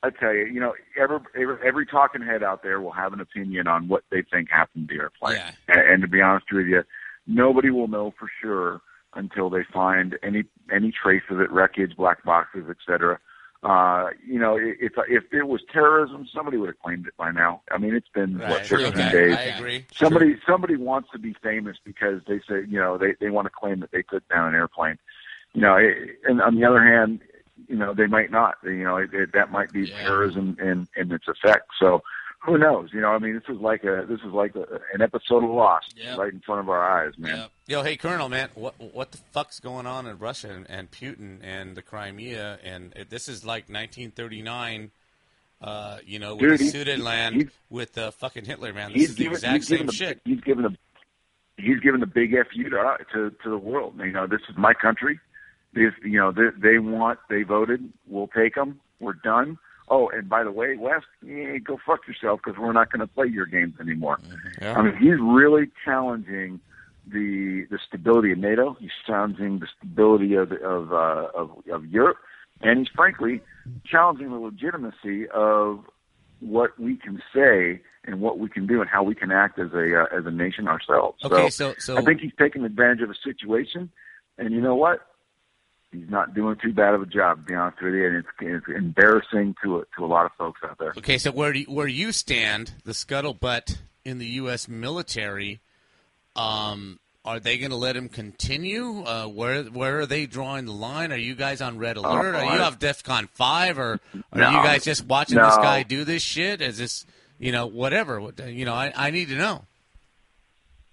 I tell you, you know, every, every every talking head out there will have an opinion on what they think happened to the airplane. Yeah. And, and to be honest with you, nobody will know for sure until they find any any trace of it, wreckage, black boxes, etc. Uh, you know, i- if if it was terrorism, somebody would have claimed it by now. I mean, it's been what Right. 15 Okay. days. I agree. Somebody somebody wants to be famous because they say you know they they want to claim that they took down an airplane. You know, it- and on the other hand, you know they might not. You know it, it, that might be Yeah. terrorism in in its effect. So who knows? You know, I mean, this is like a this is like a, an episode of Lost Yep. right in front of our eyes, man. Yep. Yo, hey, Colonel, man, what what the fuck's going on in Russia and, and Putin and the Crimea? And it, this is like 1939, uh, you know, with Dude, the he- Sudetenland he- with uh, fucking Hitler, man. This He's is the given- exact he's given same the- shit. He's given the he's given the big fu to uh, to, to the world. You know, this is my country. This you know they, they want they voted. We'll take them. We're done. oh, and by the way, West, eh, go fuck yourself because we're not going to play your games anymore. Yeah. I mean, he's really challenging the the stability of NATO. He's challenging the stability of of uh, of, of Europe, and he's frankly challenging the legitimacy of what we can say and what we can do and how we can act as a uh, as a nation ourselves. Okay, so- so- I think he's taking advantage of a situation, and you know what? He's not doing too bad of a job, to be honest with you, and it's, it's embarrassing to to a lot of folks out there. Okay, so where do you, where you stand, the scuttlebutt in the U.S. military, um, are they going to let him continue? Uh, where where are they drawing the line? Are you guys on red alert? are you Oh, I- off DEFCON five, or are No. you guys just watching No. this guy do this shit? Is this you know whatever? What- You know, I, I need to know.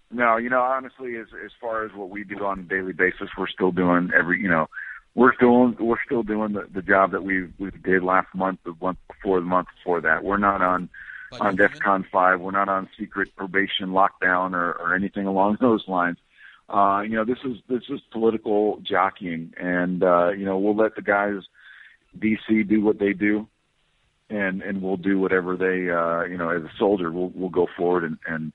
No, you know, honestly, as as far as what we do on a daily basis, we're still doing every, you know, we're still we're still doing the, the job that we we did last month, the month before, the month before that. We're not on But on even- DEFCON five. We're not on secret probation lockdown or, or anything along those lines. Uh, you know, this is this is political jockeying, and uh, you know, we'll let the guys DC do what they do, and and we'll do whatever they, uh, you know, as a soldier, we'll we'll go forward and and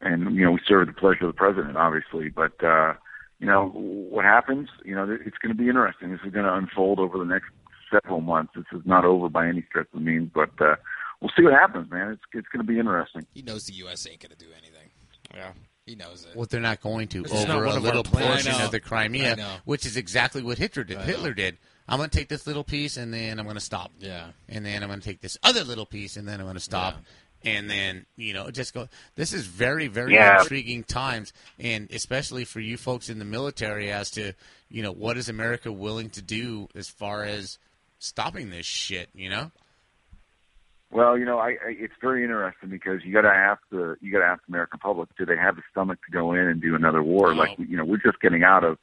and you know, we serve the pleasure of the president, obviously, but. uh you know what happens. You know it's going to be interesting. This is going to unfold over the next several months. This is not over by any stretch of the means, but uh, we'll see what happens, man. It's it's going to be interesting. He knows the U.S. ain't going to do anything. Yeah. He knows it. What they're not going to is not over one a of our little plans. portion I know. of the I Crimea, know. which is exactly what Hitler did. I know. Hitler did. I'm going to take this little piece, and then I'm going to stop. Yeah. and then I'm going to take this other little piece, and then I'm going to stop, and then you know just go. This is very very Yeah. intriguing times, and especially for you folks in the military as to you know what is America willing to do as far as stopping this shit. You know, Well, you know, I, I it's very interesting because you got to ask the you got to ask the American public: Do they have the stomach to go in and do another war? Like you know, we're just getting out of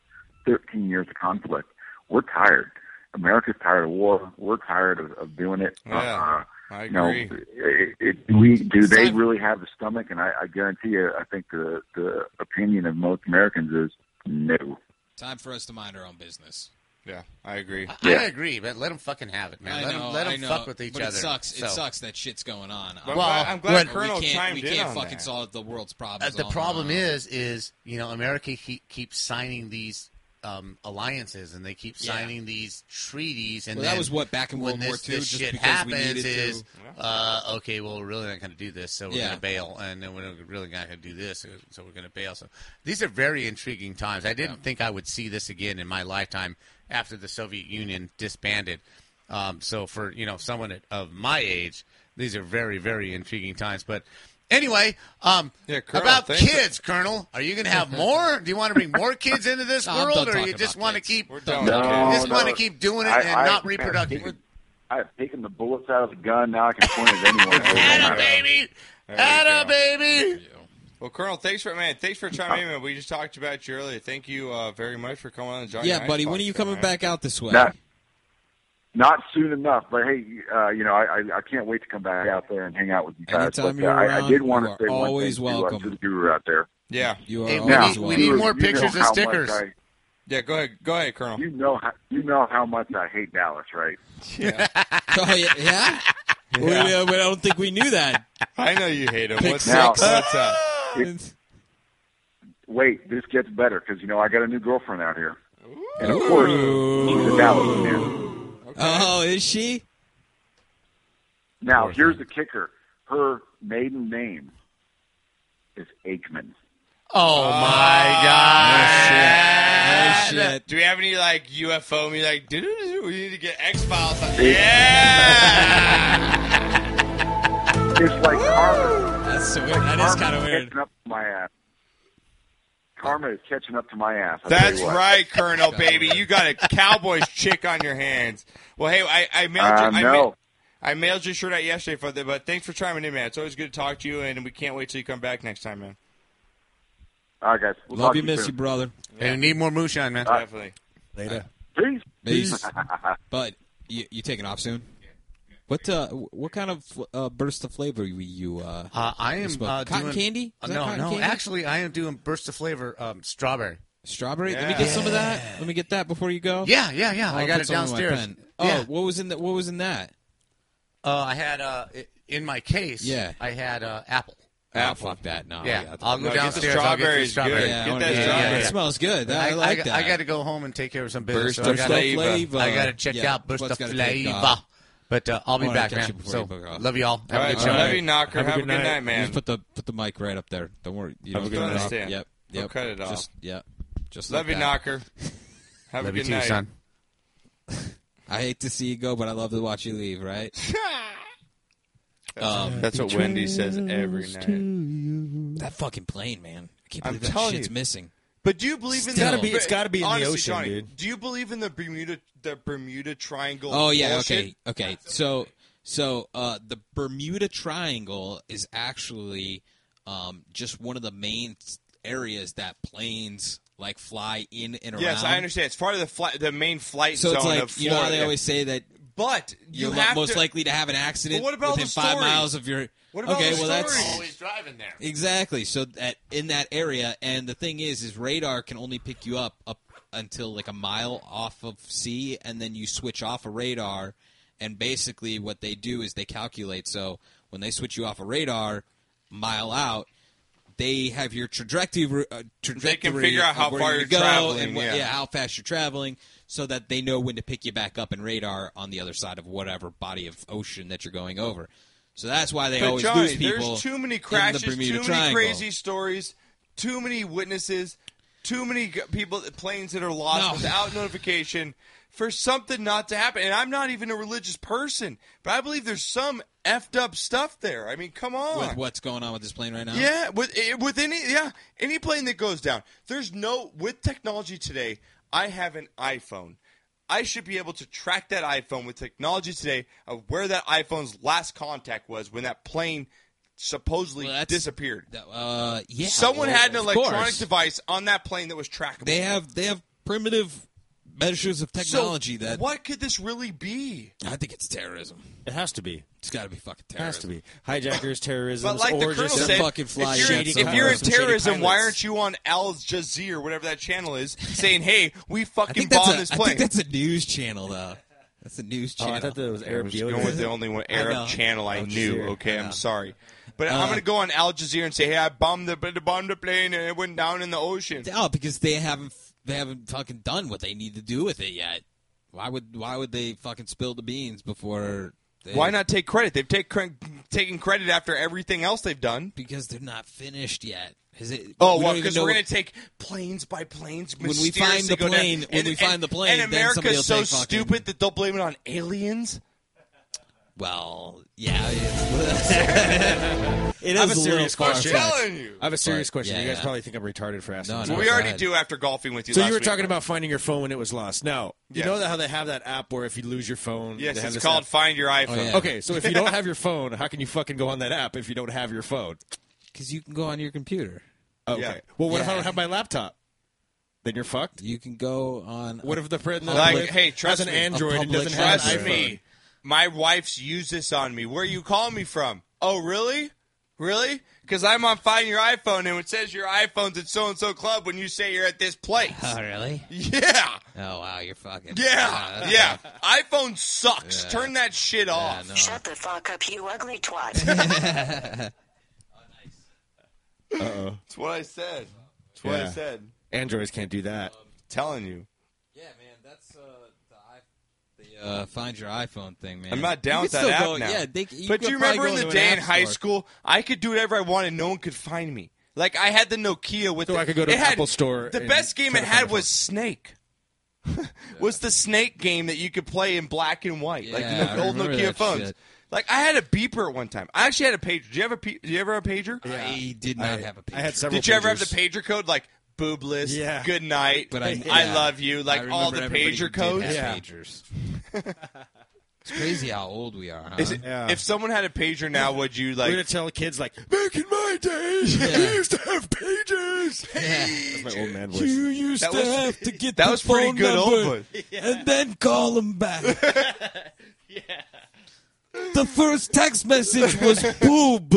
13 years of conflict. We're tired. America's tired of war. We're tired of, of doing it. Uh, Yeah, I you know, agree. it, it, do we do they Simon- really have the stomach? And I, I guarantee you, I think the the opinion of most Americans is no. Time for us to mind our own business. Yeah, I agree. I, Yeah. I agree, but let them fucking have it, man. I let know, them let I them know, fuck with each but other. It sucks. So, It sucks that shit's going on. Well, Well, I'm glad what- Colonel we can't, chimed we in can't on fucking that. solve the world's uh, problems. the all on problem our own. is, is you know, America he, keeps signing these. Um, alliances and they keep Yeah. signing these treaties and Well, that then was what back in when World War this, II, this just shit because we happens needed is, to. uh, okay, well, we're really not going to do this, so we're Yeah. going to bail, and then we're not- really not going to do this, so- so we're going to bail. So these are very intriguing times. I didn't think I would see this again in my lifetime after the Soviet Union disbanded. Um, so for you know someone at, of my age, these are very very intriguing times. But anyway, um, Yeah, Colonel, about thanks. kids, Colonel, are you going to have more? do you want to bring more kids into this No, I'm world, done or you talking just about want to kids. keep We're done. No, you just no, want to keep doing it I- and I- not reproductive? I have taken the bullets out of the gun. Now I can point at anyone. Atta baby, you atta go. baby. Well, Colonel, thanks for man, thanks for chiming in. Man. We just talked about you earlier. Thank you uh, very much for coming on and joining. Yeah, the buddy. Icebox When are you show, coming man. back out this way? Not, not soon enough. But hey, uh, you know, I, I I can't wait to come back out there and hang out with you guys. Anytime but, you're uh, I, I did around, want you to are say one thing always to, uh, welcome. to the guru out there. Yeah, You are Hey, always we Now, need- we welcome. need you- more you know pictures of how much stickers. I- yeah. Go ahead, go ahead, Colonel. you know how you know how much I hate Dallas, right? Oh yeah, yeah. We, uh, we- I don't think we knew that. I know you hate him. What's Now- up? What's up? Wait, this gets better because you know I got a new girlfriend out here, and of course she's a Dallas fan. Oh, is she? Now here's the kicker: her maiden name is Aikman. Oh my Oh god! shit. Uh, Do we have any like UFO? Me like, dude, we need to get X Files. Yeah. It's like karma. That's so weird. That is Karma kind of is weird. Catching up to my ass. Karma is catching up to my ass. I'll tell That's you what. right, Colonel, baby. You got a Cowboys chick on your hands. Well, hey, I, I mailed you. Uh, I, no. I mailed your shirt out yesterday, for the, but thanks for chiming in, man. It's always good to talk to you, and we can't wait till you come back next time, man. All right, guys. We'll Love talk you, to miss you, soon. brother. Hey, we need more moonshine, man. Definitely. Later. Peace. Peace. but you, you taking off soon? What uh, what kind of fl- uh, burst of flavor you you uh, Uh, I am smoke. uh, Cotton doing, candy? Is Uh, that no, cotton no. candy? Actually, I am doing burst of flavor um, strawberry. strawberry? Let me Yeah. get some of that. Let me get that before you go. Yeah, yeah, yeah. I'll I got put it some in Oh, my downstairs. pen. Oh, yeah. what was in that? What was in that? Uh, I had uh, i- in my case. Yeah. I had uh, apple. Ah, fuck that. No. yeah, I- I'll go No, get the downstairs. I'll get strawberries, some good. strawberry. Yeah, I wanna that be- strawberry. It smells good. I, like that. I got to go home and take care of some business. Burst so I of gotta- flavor. I uh, got to check out Bush the Flavor. But uh, I'll be All right, back, catch you man. before So, you book off. love you all. All Have a right, good so show. love you, Knocker. Have, a good night, Just man. put the put the mic right up there. Don't worry. You Have don't a good cut it night. off. Stand. Yep. Don't Yep. cut it off. Just, yep. Just Love like you, that. Knocker. Have a Love you good too, night. son. I hate to see you go, but I love to watch you leave. Right? That's what Wendy says every night. that fucking plane, man. I can't I'm believe that telling shit's you. missing. But do you believe in It's gotta the, be- it's gotta be in the honestly, ocean, Johnny, dude. Do you believe in the Bermuda the Bermuda Triangle? Oh yeah, bullshit? okay, okay. So, so uh, the Bermuda Triangle is actually um, just one of the main s- areas that planes like fly in and around. Yes, I understand. It's part of the fli- the main flight So zone it's like of you know Florida. how they always say that but you you're have most to, likely to have an accident But what about within the five story? miles of your. What about okay, the well that's story? Always driving there. exactly so that in that area, and the thing is, is radar can only pick you up up until like a mile off of sea, and then you switch off a radar, and basically what they do is they calculate. So when they switch you off a radar, mile out. They have your trajectory. Uh, trajectory figure out of how where far you you're go traveling, and what- yeah. yeah, how fast you're traveling, so that they know when to pick you back up and radar on the other side of whatever body of ocean that you're going over. So that's why they But always Johnny, lose people. There's too many in the crashes, too Bermuda many Triangle. crazy stories, too many witnesses, too many g- people, planes that are lost No. without notification for something not to happen. And I'm not even a religious person, but I believe there's some effed up stuff there. I mean, come on. with what's going on with this plane right now. Yeah, with eh, with any yeah any plane that goes down. There's no with technology today. I have an iPhone. I should be able to track that iPhone with technology today of where that iPhone's last contact was when that plane supposedly Well, that's- disappeared. That- uh, yeah. Someone well, had an of electronic course. device on that plane that was trackable. They have they have primitive measures of So, technology that what could this really be? I think it's terrorism. It has to be. It's got to be fucking It terrorism. has to be. Hijackers, terrorism, But like the or colonel just some said, fucking fly if you're, in, shit if you're in somewhere. terrorism, why Pilots. aren't you on Al Jazeera, whatever that channel is, saying, "Hey, we I fucking think that's bombed a, this I plane"? think that's a news channel though. That's a news Oh, channel. I thought that was Arab I was going with the deodorant. only one know. Arab channel I Al knew. Jazeera. Okay, I'm sorry, but Uh, I'm going to go on Al Jazeera and say, "Hey, I bombed the bombed the plane and it went down in the ocean." No, because they haven't they haven't fucking done what they need to do with it yet. Why would why would they fucking spill the beans before? They, Why not take credit? They've take cre- taken credit after everything else they've done. Because they're not finished yet. Is it? Oh well, we don't even because know we're going what- to take planes by planes. When we mysteriously find the go down. plane- when and, we find and- the plane, and then somebody will America's so take fucking- stupid that they'll blame it on aliens. Well, yeah. It's, It I'm is a a little serious far question. fetched. Telling you. I have a serious But, question. yeah, you guys yeah. probably think I'm retarded for asking. No, this. no. we go already ahead. do after golfing with you. So last you were week. talking about finding your phone when it was lost. Now Yes. you know how they have that app where if you lose your phone, Yes, they have it's this called app. Find Your iPhone. Oh, yeah. Okay, so if you don't have your phone, how can you fucking go on that app if you don't have your phone? Because you can go on your computer. Okay. Yeah. Well, what if Yeah. I don't have my laptop? Then you're fucked. You can go on. What if the friend that Like, I'm with hey, trust has an me, a Android and public doesn't have Trust an iPhone? Trust me, my wife's used this on me. Where you calling me from? Oh, really? Really? Because I'm on Find Your iPhone, and it says your iPhone's at so and so club when you say you're at this place. Oh really? yeah, Oh wow, you're fucking. yeah, that's- yeah. iPhone sucks. Turn that shit yeah, off. no. Shut the fuck up, you ugly twat. That's what I said. That's what I Yeah. said. Androids can't do that. telling you, Yeah, man, that's uh, the, i- the uh, find your iPhone thing, man. I'm not You down with can that still app go- now. Yeah, they, you but could do you probably remember in go the into an day app in high store. school, I could do whatever I wanted, no one could find me. Like I had the Nokia with. So the, I could go to it an had- Apple store The and best game try it to find had a was Snake. was the Snake game that you could play in black and white, like Yeah, the I old remember Nokia that phones. shit. Like I had a beeper at one time. I actually had a pager. Did you have a? Pe- did you ever have a pager? I did not have a picture. I had several. Did you ever have the pagers. pager code like boobless? Yeah. Good night. But I- yeah. love you. I Like all remember the everybody who pager did codes. have Yeah. Pagers. it's crazy how old we are. Huh? Is it, Yeah. If someone had a pager now, would you like? We're gonna tell kids like back in my day, we used to have pages. That's my old man voice. used That was- to get that was pretty good old one. and then call them back. yeah. The first text message was boob.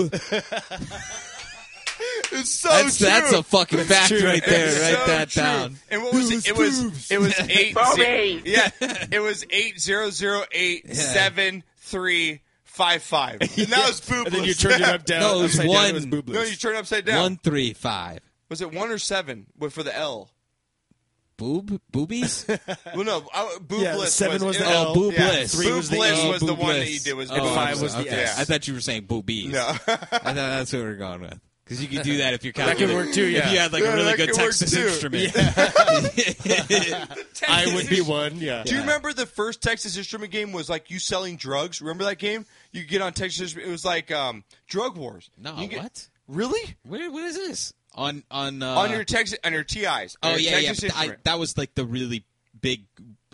It's so That's Oh, true. that's a fucking fact right there. It's Write so that true. down. And what was it? It was it was eight. ze- yeah, it was eight zero zero eight seven three five five. And that was boobless. And then you turned it up down. No, it was upside down, it was one. boobless. No, you turned it upside down. One, three, five. Was it one or seven? With for the L. Boob? Boobies? Well, no, I, boob Yeah, bliss seven was the it- L, Oh, boob yeah, bliss. Three was the, E, Oh, was the boob one that bliss. you did was Oh, boob five bliss. was the okay. S. I thought you were saying boobies. No. I thought that's what we were going with. Because you could do that if you're That could work too, yeah. If you had like Yeah, a really that good could work Texas too. instrument. I would be one. Yeah. Do you remember the first Texas Instrument game was like you selling drugs? Remember that game? You get on Texas Instrument. It was like um, drug wars. No, You get- what? Really? Where, what is this? On on uh, on your Texas, on your TIs. on Oh your yeah, yeah. Texas but I, Instrument. that was like the really big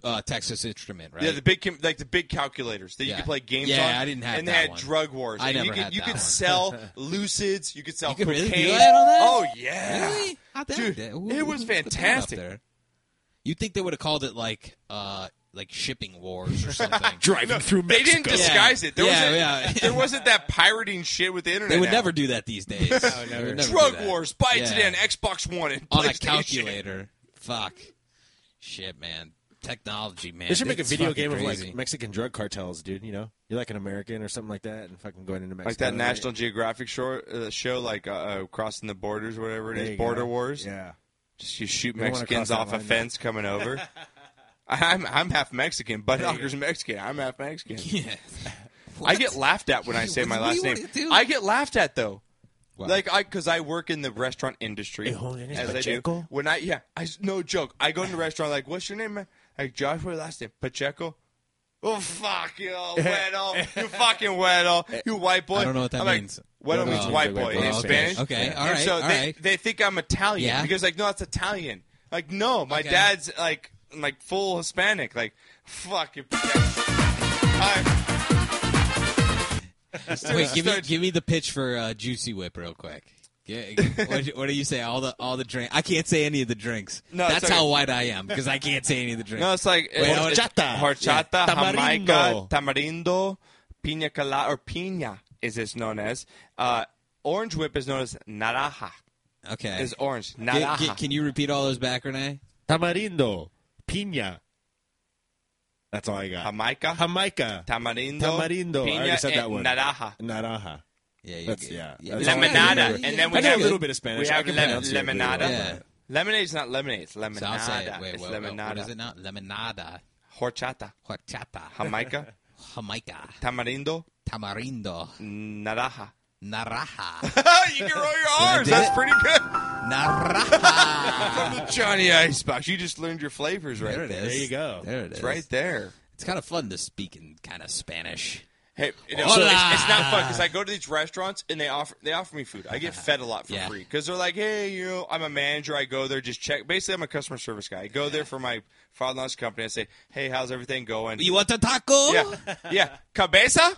uh, Texas instrument, right? Yeah, the big com- like the big calculators that you Yeah. could play games Yeah, on. I didn't have And they that had one. drug wars. I and you never could, had you that could one. sell lucids. You could sell you could cocaine. really do that on that? Oh yeah. Really? How'd that- Dude, that- it was who put that up fantastic. there? You'd think they would have called it like uh, like shipping wars or something. Driving through They didn't Mexico. disguise it. There Yeah, wasn't, yeah. there wasn't that pirating shit with the internet. they would now. never do that these days. They would never do Drug that. wars. Buy it Yeah. today on Xbox One and on a PlayStation. calculator. Fuck. Shit, man. Technology, man. They should make a It's video fucking game of crazy. like Mexican drug cartels, dude. You know, you're like an American or something like that, and fucking going into Mexico. like that right? National Geographic show, uh, show like uh, uh, crossing the borders or whatever it There you is, go. border wars. Yeah. Just you shoot don't wanna Mexicans cross that off a line, fence coming over. I'm I'm half Mexican. Bud Doctor's Mexican. I'm half Mexican. Yeah. I get laughed at when I say What my do last you name. wanna do? I get laughed at though. Wow. Like I, because I work in the restaurant industry, Hey, hold on, is as I do. Pacheco? When I, yeah, I s- no joke. I go in the restaurant like, "What's your name, man?" Like Josh, what's your last name? Pacheco. Oh fuck you, weddle, you fucking weddle, you white boy. I don't know what that I'm like, means. Weddle Weddle means means white white boy boy. in Oh, okay. Spanish. Okay, and all right, So all they right. they think I'm Italian Yeah. because like no, it's Italian. Like no, my Okay. dad's like like full Hispanic. Like fuck you. Pacheco. Hi. Wait, give me Start- give me the pitch for uh, Juicy Whip real quick. Yeah, what, what do you say? All the all the drink. I can't say any of the drinks. No, it's that's okay. how white I am because I can't say any of the drinks. No, it's like Wait, I wanna- horchata, horchata, Yeah. Jamaica, Tamarindo. tamarindo, pina colada, or pina is it's known as. Uh, orange whip is known as naranja. okay. Is orange Get- naranja? get- can you repeat all those back, Renee? Tamarindo, pina. That's all I got. Jamaica, Jamaica, tamarindo, tamarindo. I pina, already said and that one. naranja. Naranja. Yeah, you, That's- yeah, that's all I Lemonada, yeah, and yeah. then we I know have a little bit of Spanish. We I have can lem- pronounce it really lemonada. well. Yeah. Lemonade is not lemonade; it's lemonada. So I'll say it. Wait, it's wait, wait, lemonada. what is it now? Lemonada, Horchata, horchata, Jamaica, Jamaica, tamarindo, tamarindo, naranja. naraja, you can roll your R's. did That's it. pretty good. naraja. from the Johnny Icebox. You just learned your flavors right There there. it is. There you go. There it It's is. right there. It's kind of fun to speak in kind of Spanish. Hey, you know, Hola. it's, it's not fun because I go to these restaurants and they offer they offer me food. I get fed a lot for free Yeah. free because they're like, hey, you know, I'm a manager. I go there just check. Basically, I'm a customer service guy. I go there for my father-in-law's company. I say, hey, how's everything going? You want a taco? yeah, yeah, cabeza.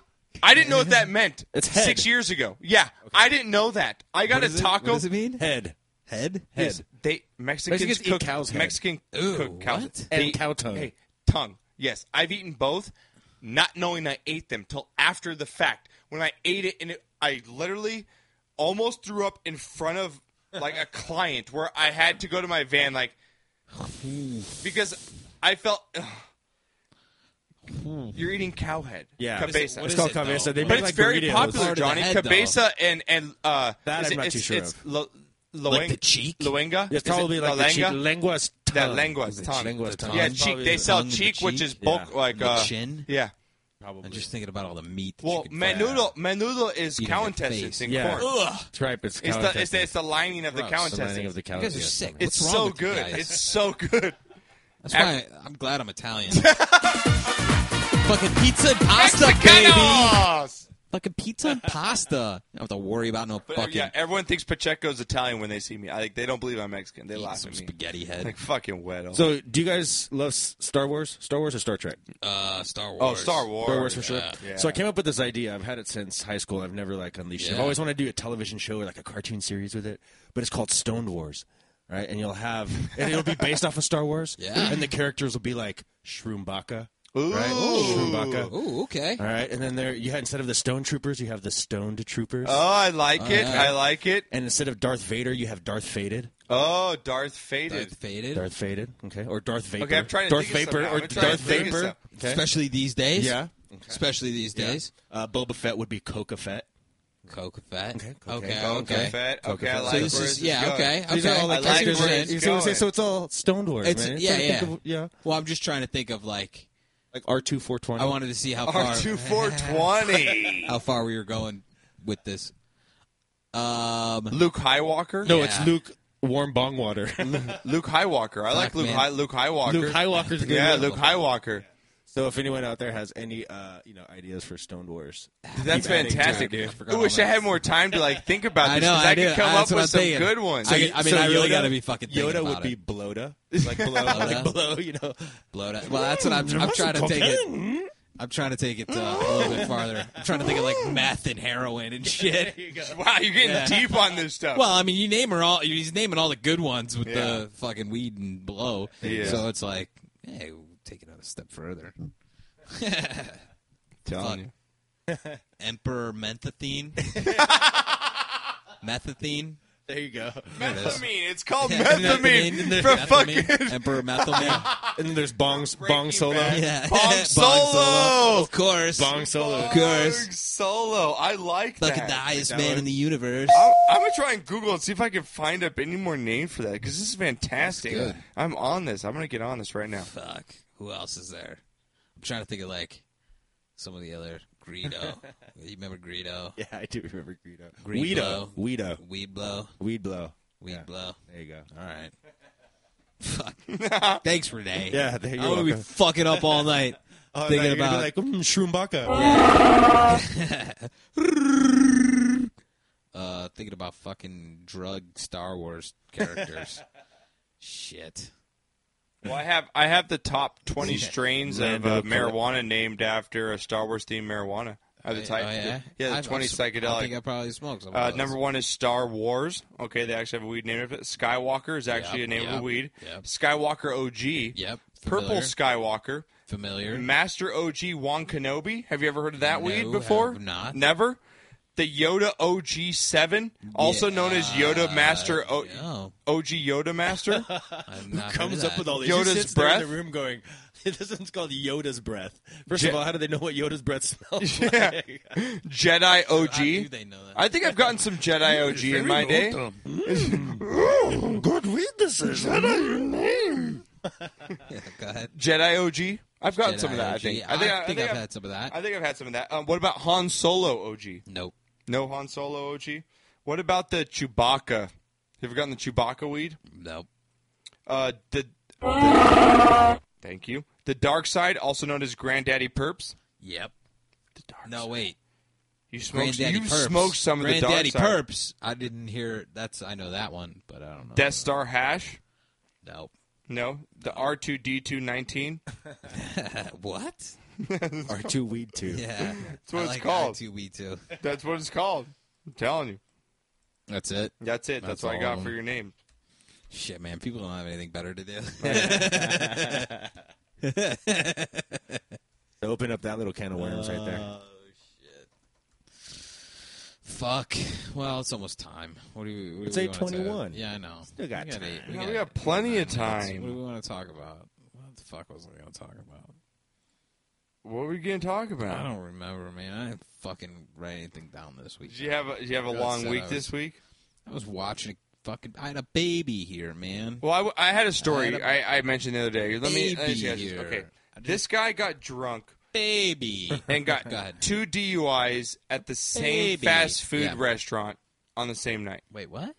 I didn't know what that meant. It's head. six years ago. Yeah, I didn't know that. I got a taco. What does it mean? Head, Head? Yes, head, They Mexicans, Mexicans eat cook cow's head. Mexican Ooh, cook cow what? they- And cow tongue. Hey, tongue. Yes, I've eaten both, not knowing I ate them till after the fact. When I ate it, and it, I literally almost threw up in front of like a client, where I had to go to my van, like because I felt. ugh. You're eating cow head. Yeah. Cabeza. What It's Hmm. is called it, though? cabeza. They But But make it's like very burritos. popular, Part of the Johnny. head, though. Cabeza and and uh, That is I'm it- not it's, too sure It's of. lo, Like loeng- the cheek? Oh, loenga. It's Is it probably like the cheek, lolenga? lenguas tongue. that lengua's The tongue. Lengua's tongue. Yeah, It's cheek. probably They the sell tongue and the cheek, which cheek. is bulk Yeah. like The uh, chin? Yeah. I'm just thinking about all the meat. That Well, you can find. menudo menudo is uh, Eating cow your intestines face. in Yeah. corn. That's right. It's, It's cow the, it's, the, intestine. it's the lining of the cow It's the lining intestines. of the cow You guys are intestine. sick. It's What's so wrong with you good. guys? It's so good. That's why I, am glad I'm Italian. Fucking pizza and pasta, baby. Mexicanos! Fucking pizza and pasta. I don't have to worry about no But, uh, fucking yeah, everyone thinks Pacheco's Italian when they see me. I, like they don't believe I'm Mexican. They eating laugh some at me. spaghetti head. Like fucking weddle. So, do you guys love S- Star Wars? Star Wars or Star Trek? Uh, Star Wars. oh, Star Wars. Star Wars for sure. Yeah. So I came up with this idea. I've had it since high school. I've never like unleashed it. I've Yeah. always wanted to do a television show or like a cartoon series with it, but it's called Stoned Wars, right? And you'll have and it'll be based off of Star Wars. Yeah. And the characters will be like Shroombaka, Ooh. right? Shroombaka. Ooh, okay. All right. And then there you had instead of the Stone Troopers, you have the Stoned Troopers. Oh, I like it. yeah. I like it. and instead of Darth Vader, you have Darth Faded. Oh, Darth faded. Darth faded. Darth Faded, okay, or Darth Vapor. Okay, I'm trying to Darth think of Vapor something. or I'm trying to Darth think of Vapor. Okay. Especially these days. Yeah. especially these Yeah. days. Uh, Boba Fett would be Coca Fett. Coca Fett. Okay, okay, okay. Coca Fett. Coca Okay, I Fett. like So where this this is- is yeah, going. okay. These are all Okay, like I like characters where that- it's You see what I'm saying? So it's all Stone Wars, It's- man. yeah, like, yeah. think of- yeah. Well, I'm just trying to think of like Like R two four twenty. I wanted to see how far R2 420. how far we were going with this. Um, Luke Highwalker? No, it's Yeah. Luke Warm Bong Water. Luke Highwalker. I like Fuck, Luke man. High, Luke Highwalker. Luke Highwalker's a good Yeah, one. Luke Highwalker. So if anyone out there has any uh, you know ideas for Stone Wars, That's Keep adding to it, fantastic. dude. I wish I had more time to like think about this I know. 'cause I, I, could do. Ah, come That's up what with I'm some thinking. good ones. I, could- I mean, I really Yoda- got to be fucking thinking Yoda about would it. be bloated, like blow, Bloated? like blow, you know. Blow that. Well, that's what I'm. I'm trying to take it. I'm trying to take it uh, a little bit farther. I'm trying to think of like meth and heroin and shit. wow, you're getting Yeah. deep on this stuff. Well, I mean, you name her all. He's naming all the good ones with the fucking weed and blow. Yeah. So it's like, hey, we'll take it another step further. Fuck. telling you. Emperor Menthathine. Methathine. There you go. Methamine. It's called Methamine. methamine. For fucking Methamine. Emperor Methamine. And then there's bongs, bong solo, yeah. Bong Solo. Of course. bong solo. Of course. Bong Solo. I like Look that. at the highest That man one. Oh. in the universe. I'm, I'm gonna try and Google and see if I can find up any more name for that because this is fantastic. That's good. I'm on this. I'm gonna get on this right now. Fuck. Who else is there? I'm trying to think of like some of the other Greedo. you remember Greedo? Yeah, I do remember Greedo. Green Weedo, blow. Weedo, Weed blow. weed blow. Weed Yeah. blow. There you go. All right. Fuck. Thanks, Renee. Yeah, there you I'm gonna go. be fucking up all night Oh, now thinking you're gonna about. be like mm, Shroombaka. uh, thinking about fucking drug Star Wars characters. Shit. Well, I have I have the top 20 strains of Lando uh, marijuana named after a Star Wars themed marijuana. Of the type, Oh, yeah, yeah. the I've- 20 I've- I think psychedelic. I probably smoked some. of Uh, those. number one is Star Wars. Okay, they actually have a weed name of it. Skywalker is actually Yep, a name of yep, a weed. yep. Skywalker OG. Yep. Purple Familiar. Skywalker. familiar. Master OG Juan Kenobi. Have you ever heard of that No, weed before? have not. Never. The Yoda OG Seven, also known as Yoda Master o- no. OG Yoda Master. I've not heard comes of up that. with all these. Yoda's Yoda's sits breath breath? in the room going. This one's called Yoda's breath. First Je- of all, how do they know what Yoda's breath smells like? Yeah. Jedi OG. How do they know that? I think I've gotten some Jedi OG in my day. Good weed this is. What are your name? Go ahead. Jedi OG. I've gotten some of that. I Jedi think. OG. I think. I, I I've think I've had some of that. I think I've had some of that. Um, what about Han Solo OG? nope. No Han Solo OG. What about the Chewbacca? Have you ever gotten the Chewbacca weed? Nope. Uh, the, the- thank you. The dark side, also known as Granddaddy Perps. Yep. The dark No, side. wait. You smoked. Granddaddy You Perps. smoked some of the dark Granddaddy side. Perps. I didn't hear. That's. I know that one, but I don't know. Death Star hash. nope. No, the R two D two nineteen. Uh, what? Or two weed two. Yeah. That's what it's called. Two B two. That's what it's called. I'm telling you. That's it. That's it. That's, That's what I got all. for your name. Shit, man. People don't have anything better to do. So open up that little can of worms right there. Fuck. Well, it's almost time. What do you? What It's do we wanna 8:21. talk- Yeah, I know. Still got we got, time. eight- We got plenty of What do time. we want to talk about? What the fuck was I going to talk about? What were you gonna talk I about? don't remember, man. I didn't fucking write anything down this week. Did you have a, did you have a long said week I was- this week? I was watching a fucking. I had a baby here, man. Well, I, w- I had a story I had a I I mentioned the other day. Let me. let me baby see how this- here. Okay, this guy got drunk Baby. and got Go ahead. two DUIs at the same Baby. fast food Yeah. restaurant on the same night. Wait, what?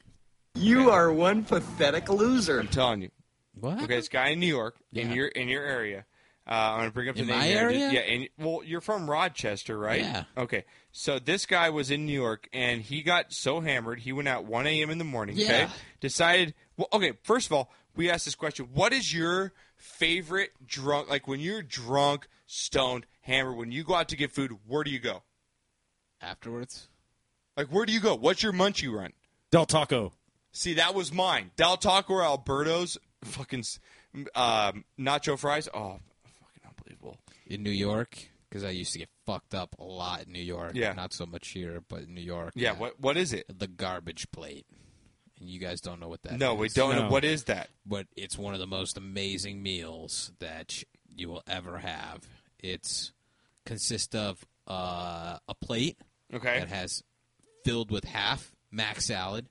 You are one pathetic loser. I'm telling you. What? Okay, this guy in New York, in Yeah. your in your area. Uh, I'm gonna bring up the In name my here. area? Yeah, and well, you're from Rochester, right? Yeah. Okay, so this guy was in New York, and he got so hammered, he went out 1 a.m. in the morning. Okay, Yeah. decided. Well, okay, first of all, we asked this question: What is your favorite drunk? Like when you're drunk, stoned, hammered, when you go out to get food, where do you go? Afterwards. Like where do you go? What's your munchie run? Del Taco. See, that was mine. Del Taco or Alberto's fucking s- um, nacho fries. Oh, fucking unbelievable. in New York because I used to get fucked up a lot in New York. Yeah. not so much here, but in New York. Yeah, what what is it? The garbage plate, and you guys don't know what that. No, we is, don't know No. what is that. But it's one of the most amazing meals that you will ever have. It's consist of uh, a plate Okay. that has filled with half mac salad.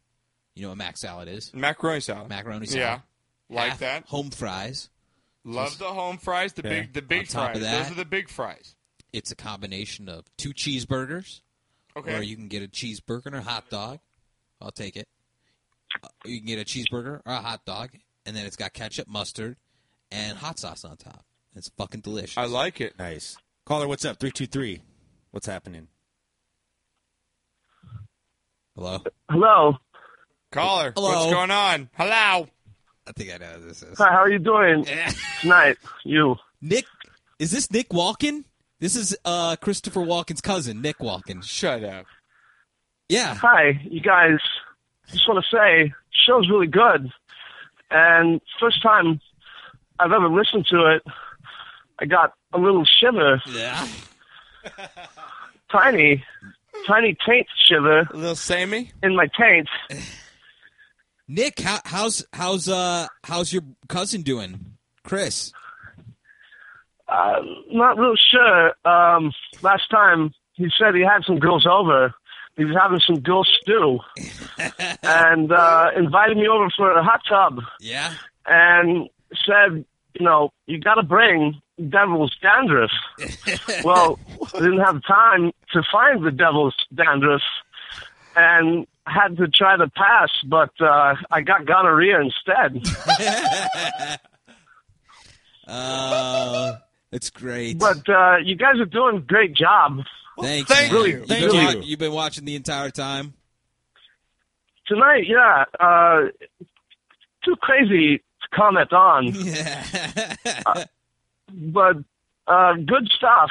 You know what mac salad is? Macaroni salad. Macaroni salad. Yeah. Like Half that. Home fries. Love the home fries, the Okay. big the big On top fries. of that- Those are the big fries. It's a combination of two cheeseburgers. Okay. Or you can get a cheeseburger and a hot dog. I'll take it. Uh, You can get a cheeseburger or a hot dog, and then it's got ketchup, mustard, and hot sauce on top. It's fucking delicious. I like it. Nice. Caller, what's up? 323. What's happening? Hello? Hello. Caller, Hello. what's going on? Hello. I think I know who this is. Hi, how are you doing tonight? You. Nick, is this Nick Walken? This is uh, Christopher Walken's cousin, Nick Walken. Shut up. Yeah. Hi, you guys. Just want to say, show's really good. And first time I've ever listened to it, I got a little shiver. Yeah. Tiny, tiny taint shiver. A little samey? In my taint. Nick, how, how's how's uh how's your cousin doing, Chris? Uh, not real sure. Um, last time he said he had some girls over. He was having some girl stew, and uh, invited me over for a hot tub. Yeah. And said, you know, you got to bring devil's dandruff. well, I didn't have time to find the devil's dandruff, and had to try to pass, but uh, I got gonorrhea instead. Uh, it's great. But uh, you guys are doing a great job. Thanks. thank man. you. You've Thank been you. You've been watching the entire time. Tonight, yeah, uh, too crazy to comment on. Uh, but uh, good stuff.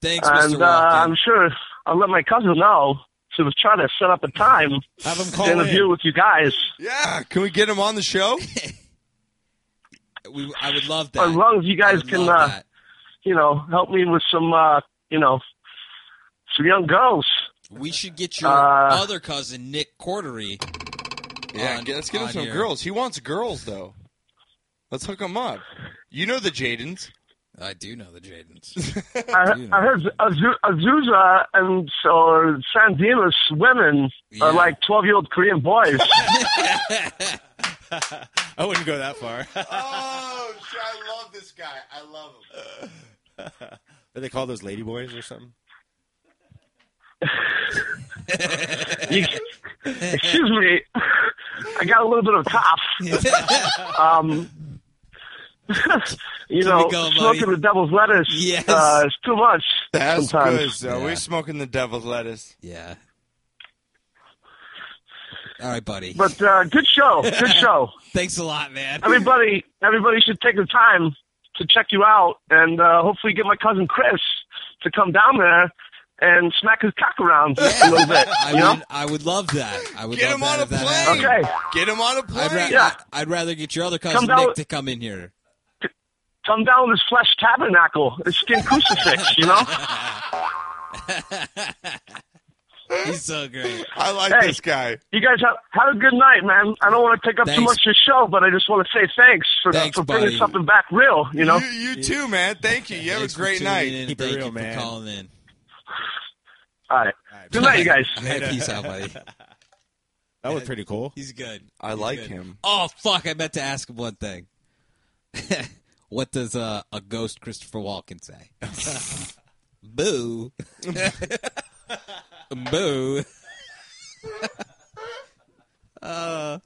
Thanks, and, Mr. Uh, Walken. I'm sure I'll let my cousin know to try to set up a time Have him to call interview in. with you guys. Yeah. Ah, Can we get him on the show? we, I would love that. As long as you guys can, love uh, that. you know, help me with some, uh, you know, some young girls. We should get your Uh, other cousin, Nick Cordery. Yeah, on- get- let's get him on some here. girls. He wants girls though. Let's hook him up. You know the Jadens. I do know the Jadens. I, I heard Azu- Azusa and or Sandimas women are like 12 year old Korean boys. I wouldn't go that far. oh, shit, I love this guy. I love him. what do they call those lady boys or something? You- excuse me, I got a little bit of cough. um, you Here we know, go, smoking buddy. the devil's lettuce Yes. uh, is too much That's sometimes. good. So we're smoking the devil's lettuce. Yeah. All right, buddy. But uh, good show, good show. Thanks a lot, man. Everybody, everybody should take the time to check you out, and uh, hopefully get my cousin Chris to come down there and smack his cock around a little bit. I you know? would, I would love that. I would Get love him that on a if that plane. happened. Okay. Get him on a plane. I'd, ra- Yeah. I'd rather get your other cousin Come down- Nick to come in here. Come down with his flesh tabernacle, his skin crucifix. You know. He's so great. I like Hey. this guy. You guys have, have a good night, man. I don't want to take up too Thanks. much of your show, but I just want to say thanks for, Thanks, for bringing buddy. something back real, you know? You, you too, man. Thank you. You have Thanks a for great tuning night. in. Keep it Thank real, you man. for calling in. All right. Good night, you guys. All right, peace out, buddy. That was pretty cool. He's good. I He's like good. him. Oh fuck! I meant to ask him one thing. what does uh, a ghost Christopher Walken say? Boo. Boo. uh,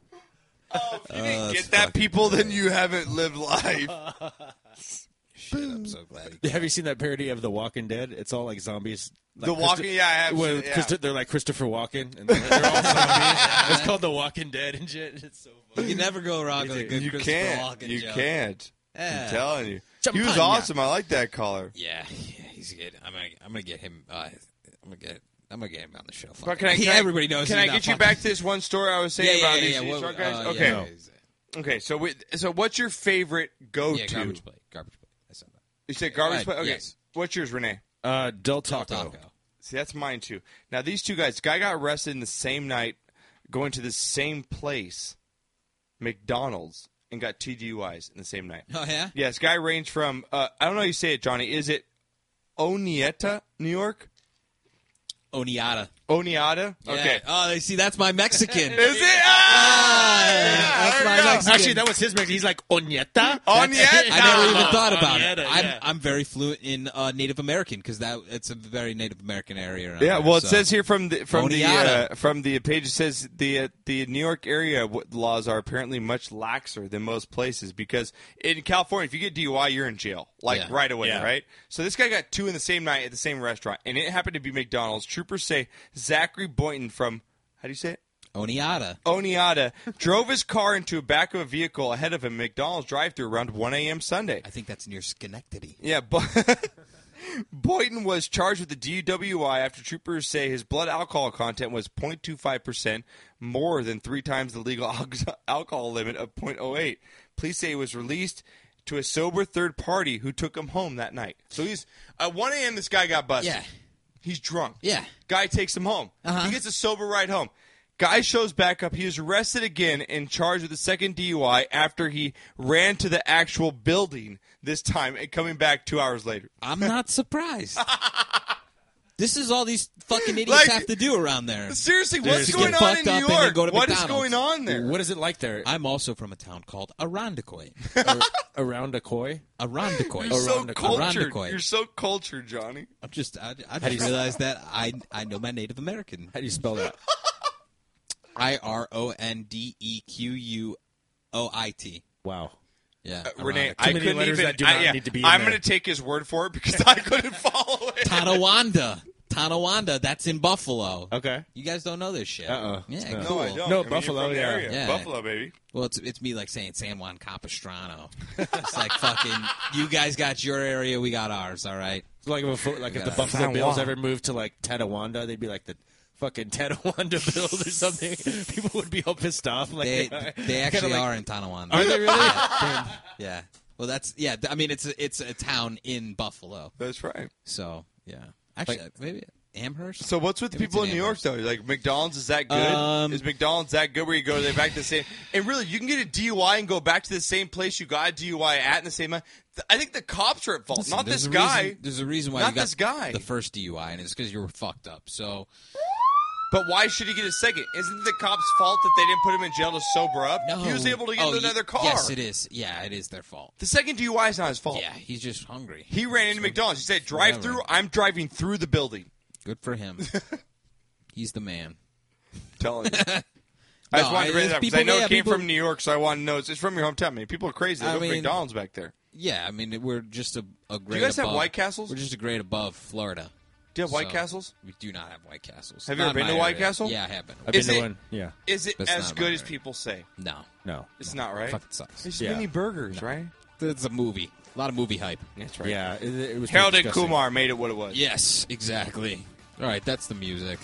If you didn't that's get that, people, then you haven't lived life. shit, I'm so glad. He- Have you seen that parody of The Walking Dead? It's all like zombies. Like the walking, yeah, I have. When yeah. Christo- they're like Christopher Walken, and they're, they're all zombies. it's called The Walking Dead and shit. It's so You funny. can never go wrong with a good you Christopher can't. Walken You joke. can't. Yeah. I'm telling you. He was Champagne. awesome. I like that caller. Yeah, yeah, he's good. I'm gonna, I'm gonna get him. Uh, I'm gonna get, I'm gonna get him on the show. But Fuck can I, it. can He- I- everybody knows. Can he's I not get you fucking- back to this one story I was saying Yeah, yeah, about yeah. these, yeah. these What- drunk guys? uh, okay, yeah, he's- okay. So, we, so what's your favorite go-to? yeah, garbage plate. Garbage plate. I said that. You said garbage Right, plate. Okay, yes. what's yours, Renee? Uh, Del Taco. Taco. See, that's mine too. Now these two guys, guy got arrested in the same night, going to the same place, McDonald's, and got two DUIs in the same night. Oh yeah. Yes, guy ranged from uh, I don't know how you say it, Johnny. Is it Onietta, New York? Oniata. Oniata? Okay. Oh, they see that's my Mexican. Is it? Ah! that's my Mexican. Actually, that was his Mexican. He's like Onieta. That's- I never even thought about it. I'm, I'm very fluent in uh, Native American because that it's a very Native American area. around Yeah, there, well, it so. says here from the from the Oneata. uh, from the page it says the uh, the New York area w- laws are apparently much laxer than most places because in California, if you get DUI, you're in jail like Yeah. right away, Yeah. right? So this guy got two in the same night at the same restaurant, and it happened to be McDonald's. Troopers say Zachary Boynton from how do you say it? Oneata. Oneata drove his car into the back of a vehicle ahead of a McDonald's drive-through around 1 a.m. Sunday. I think that's near Schenectady. Yeah, but Boyton was charged with the DUI after troopers say his blood alcohol content was 0.25%, more than three times the legal al- alcohol limit of 0.08. Police say he was released to a sober third party who took him home that night. So he's at 1 a.m. This guy got busted. Yeah. He's drunk. Yeah. Uh-huh. Guy takes him home. He gets a sober ride home. Guy shows back up. He is arrested again and charged with a second DUI after he ran to the actual building this time and coming back two hours later. I'm not surprised. This is all these fucking idiots Like- have to do around there. Seriously, what's Just going get on fucked in New up and then York? go to What is McDonald's. going on there? What is it like there? I'm also from a town called Arondacoy. Around a koi? Arondacoy. You're so Arondacoy. cultured. Arondacoy. You're so cultured, Johnny. I'm just. I, I How do you just s- realized that I I know my Native American. How do you spell that? I R O N D E Q U O I T. Wow. Yeah, Uh, Renee, ironic. I couldn't even. I, yeah, I'm going to take his word for it because I couldn't follow it. Tonawanda. Tonawanda. That's in Buffalo. Okay. You guys don't know this shit. Uh-uh. Uh-oh. Yeah. No. cool. No, I don't. No, I mean, Buffalo, you're from the yeah. area. yeah. Buffalo, baby. Well, it's it's me like saying San Juan Capistrano. it's like fucking. You guys got your area. We got ours. All right. It's like if, a fo- like We if the got Buffalo ours. Bills ever moved to like Tetawanda, they'd be like the fucking Tetawanda Bills or something. People would be all pissed off. Like they, they kinda actually like- are in Tonawanda. Are they really? Yeah. yeah. Well, that's yeah. th- I mean, it's a, it's a town in Buffalo. That's right. So yeah, actually, maybe Amherst. So what's with the Maybe it's people in New Amherst. York though? Like McDonald's is that good? Um, is McDonald's that good where you go they back to the same? And really, you can get a DUI and go back to the same place you got a DUI at in the same. night. Th- I think the cops are at fault, Listen, not there's this a guy. reason- there's a reason why Not you got this guy. the first DUI, and it's because you were fucked up. So But why should he get a second? Isn't it the cops' fault that they didn't put him in jail to sober up? no. He was able to get Oh, into ye- another car. Yes, it is. Yeah, it is their fault. The second DUI is not his fault. Yeah, he's just hungry. He ran into McDonald's. He said, Whatever. "Drive through. I'm driving through the building." Good for him. he's the man. Telling you. I just No, wanted to bring there's that up because people- I know yeah, it came people- from New York, so I want to know. It's it's from your hometown. I mean, people are crazy. They I go to mean- McDonald's back there. Yeah, I mean we're just a, a grade. guys have above- White Castles? We're just a grade above Florida. Do you have White Castles? We do not have White Castles. Have you Not ever in been to my White area. Castle? Yeah, I have been. I've been Is to it- one. Yeah. Is it But it's as not good my as area. people say? No, No. It's not right. Fucking sucks. There's Yeah. many burgers, right? It's a movie. A lot of movie hype. That's Yeah. It, it was Harold and disgusting. Kumar made it what it was. Yes, exactly. All right, that's the music.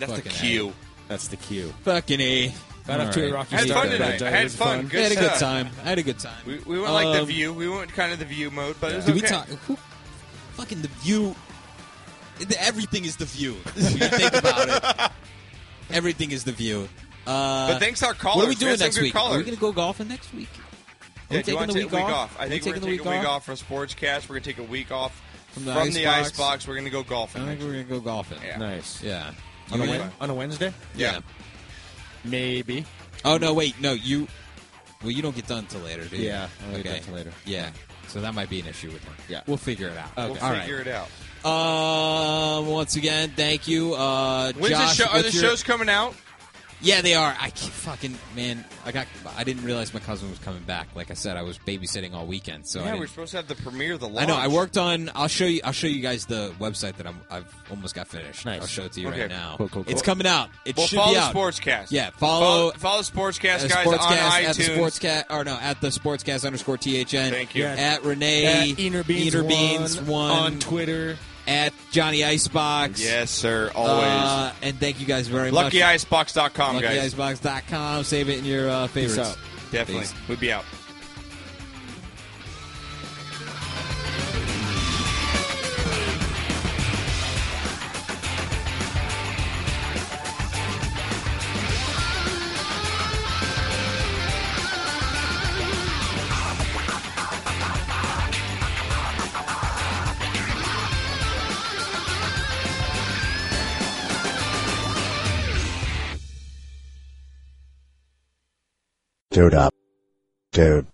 That's the Fucking cue. That's the cue. A. Fucking A. Got All off to right. a rocky Had start. fun there, tonight. Joe. I It had was fun. I Good had a good stuff. time. I had a good time. We, we went like the Um, view. We went kind of the view mode, but it was Did okay. we talk? Who, fucking the view. the- Everything is the view. When you think about it. Everything is the view. Uh, But thanks to our What are we callers. We doing had some next good week? Are we callers. going to go golfing next week? Are Yeah, we do you taking want the to week take a week off? Are I we think we're taking going the to take a week week off? off from Sportscast. We're going to take a week off From from the the, Icebox. Icebox. We're going to go golfing. I think we're going to go golfing. Yeah. Nice. Yeah. On a, You in? Wed- on a Wednesday? Yeah. Maybe. Oh no, wait, no, you. Well, you don't get done till later, do you? Yeah, I don't okay. get done till later. Yeah, so that might be an issue with him. Yeah. we'll figure it out. We'll All figure right. it out. Um, once again, thank you, uh, When's Josh. the show? Are the what's your- Oh, shows coming out? Yeah, they are. I can't fucking man, I got. I didn't realize my cousin was coming back. Like I said, I was babysitting all weekend, so I yeah, didn't we're supposed to have the premiere. of The launch. I know. I worked on. I'll show you. I'll show you guys the website that I'm. I've almost got finished. Nice. I'll show it to you Okay. right now. Cool, cool, cool. It's coming out. It Well, should follow be out. Sportscast. Yeah. Follow. Follow, follow Sportscast at guys on Oh, uh, sportscast at the iTunes. sportscast or no at the sportscast underscore thn. Thank you. Yeah. At Renee At Enerbeans Enerbeans one, one, on Twitter. at Johnny Icebox. Yes, sir. Always. Uh, and thank you guys very much. LuckyIcebox.com, guys. LuckyIcebox.com. Save it in your uh, favorites. out. Definitely. Peace. We'd be out. Dude up. Dude.